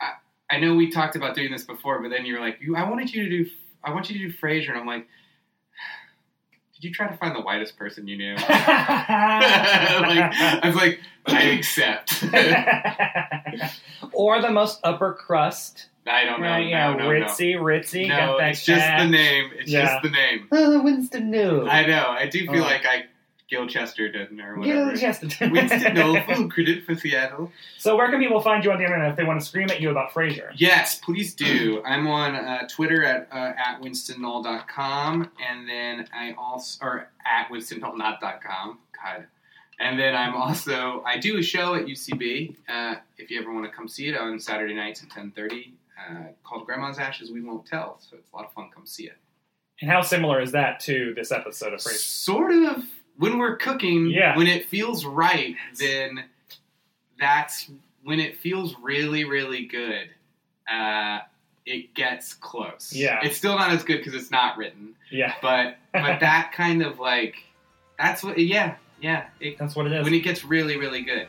S2: I, I know we talked about doing this before but then you were like you, i wanted you to do i want you to do frasier and i'm like did you try to find the whitest person you knew like, i was like i accept
S1: or the most upper crust
S2: I don't know.
S5: Right, yeah,
S2: Oh, no, no, no.
S5: ritzy, ritzy.
S2: No,
S5: got that
S2: it's just
S5: cash.
S2: the name. It's
S5: Yeah.
S2: just the name.
S1: Uh,
S5: Oh, Winston New.
S2: I know. I do feel
S5: Oh.
S2: like I Gilchester didn't or whatever.
S5: Gil Chesterton.
S2: Winston Noble, credit for Seattle.
S5: So where can people find you on the internet if they want to scream at you about Frasier?
S2: Yes, please do. I'm on uh, Twitter at uh, at winstonnull.com, and then I also or at winstonnull.com. God. And then I'm also I do a show at UCB. Uh, if you ever want to come see it on Saturday nights at 10:30, uh, called Grandma's Ashes We Won't Tell. So it's a lot of fun. Come see it.
S5: And how similar is that to this episode of Frasier?
S2: Sort of when we're cooking,
S5: Yeah.
S2: when it feels right, then that's when it feels really, really good. Uh, it gets close.
S5: Yeah.
S2: it's still not as good because it's not written,
S5: Yeah,
S2: but but that kind of like that's what. Yeah, yeah. It,
S5: that's what it is.
S2: when it gets really, really good.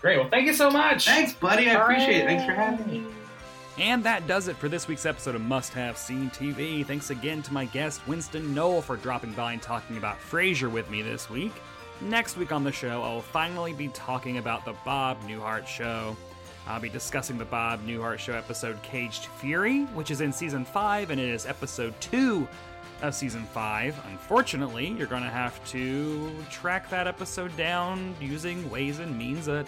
S5: Great. Well, thank you so much.
S2: Thanks, buddy. I appreciate it. Thanks for having me.
S1: And that does it for this week's episode of Must Have Seen TV. Thanks again to my guest, Winston Noel, for dropping by and talking about Frasier with me this week. Next week on the show, I'll finally be talking about the Bob Newhart Show. I'll be discussing the Bob Newhart Show episode Caged Fury, which is in season 5, and it is episode 2 of season 5. Unfortunately, you're going to have to track that episode down using ways and means that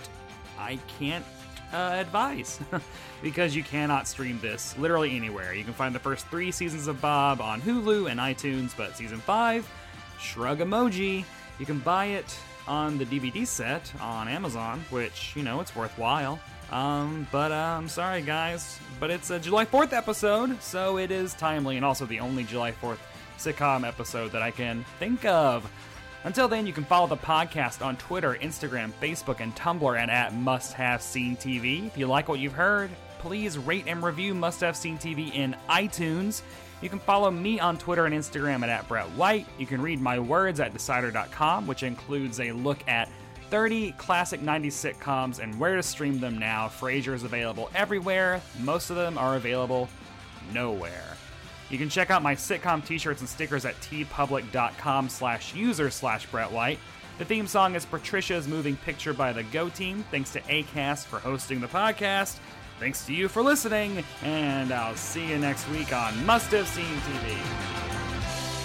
S1: I can't uh, advise because you cannot stream this literally anywhere. You can find the first three seasons of Bob on Hulu and iTunes, but season five, shrug emoji, you can buy it on the DVD set on Amazon, which, you know, it's worthwhile. Um, but uh, I'm sorry, guys, but it's a July 4th episode, so it is timely and also the only July 4th sitcom episode that I can think of. Until then, you can follow the podcast on Twitter, Instagram, Facebook, and Tumblr, and at Must Have Seen TV. If you like what you've heard, please rate and review Must Have Seen TV in iTunes. You can follow me on Twitter and Instagram at, at Brett White. You can read my words at Decider.com, which includes a look at 30 classic 90s sitcoms and where to stream them now. Frasier is available everywhere. Most of them are available nowhere. You can check out my sitcom t-shirts and stickers at tpublic.com slash user slash Brett White. The theme song is Patricia's Moving Picture by the Go Team. Thanks to ACAST for hosting the podcast. Thanks to you for listening, and I'll see you next week on Must Have Seen TV.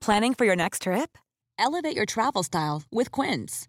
S6: Planning for your next trip? Elevate your travel style with Quince.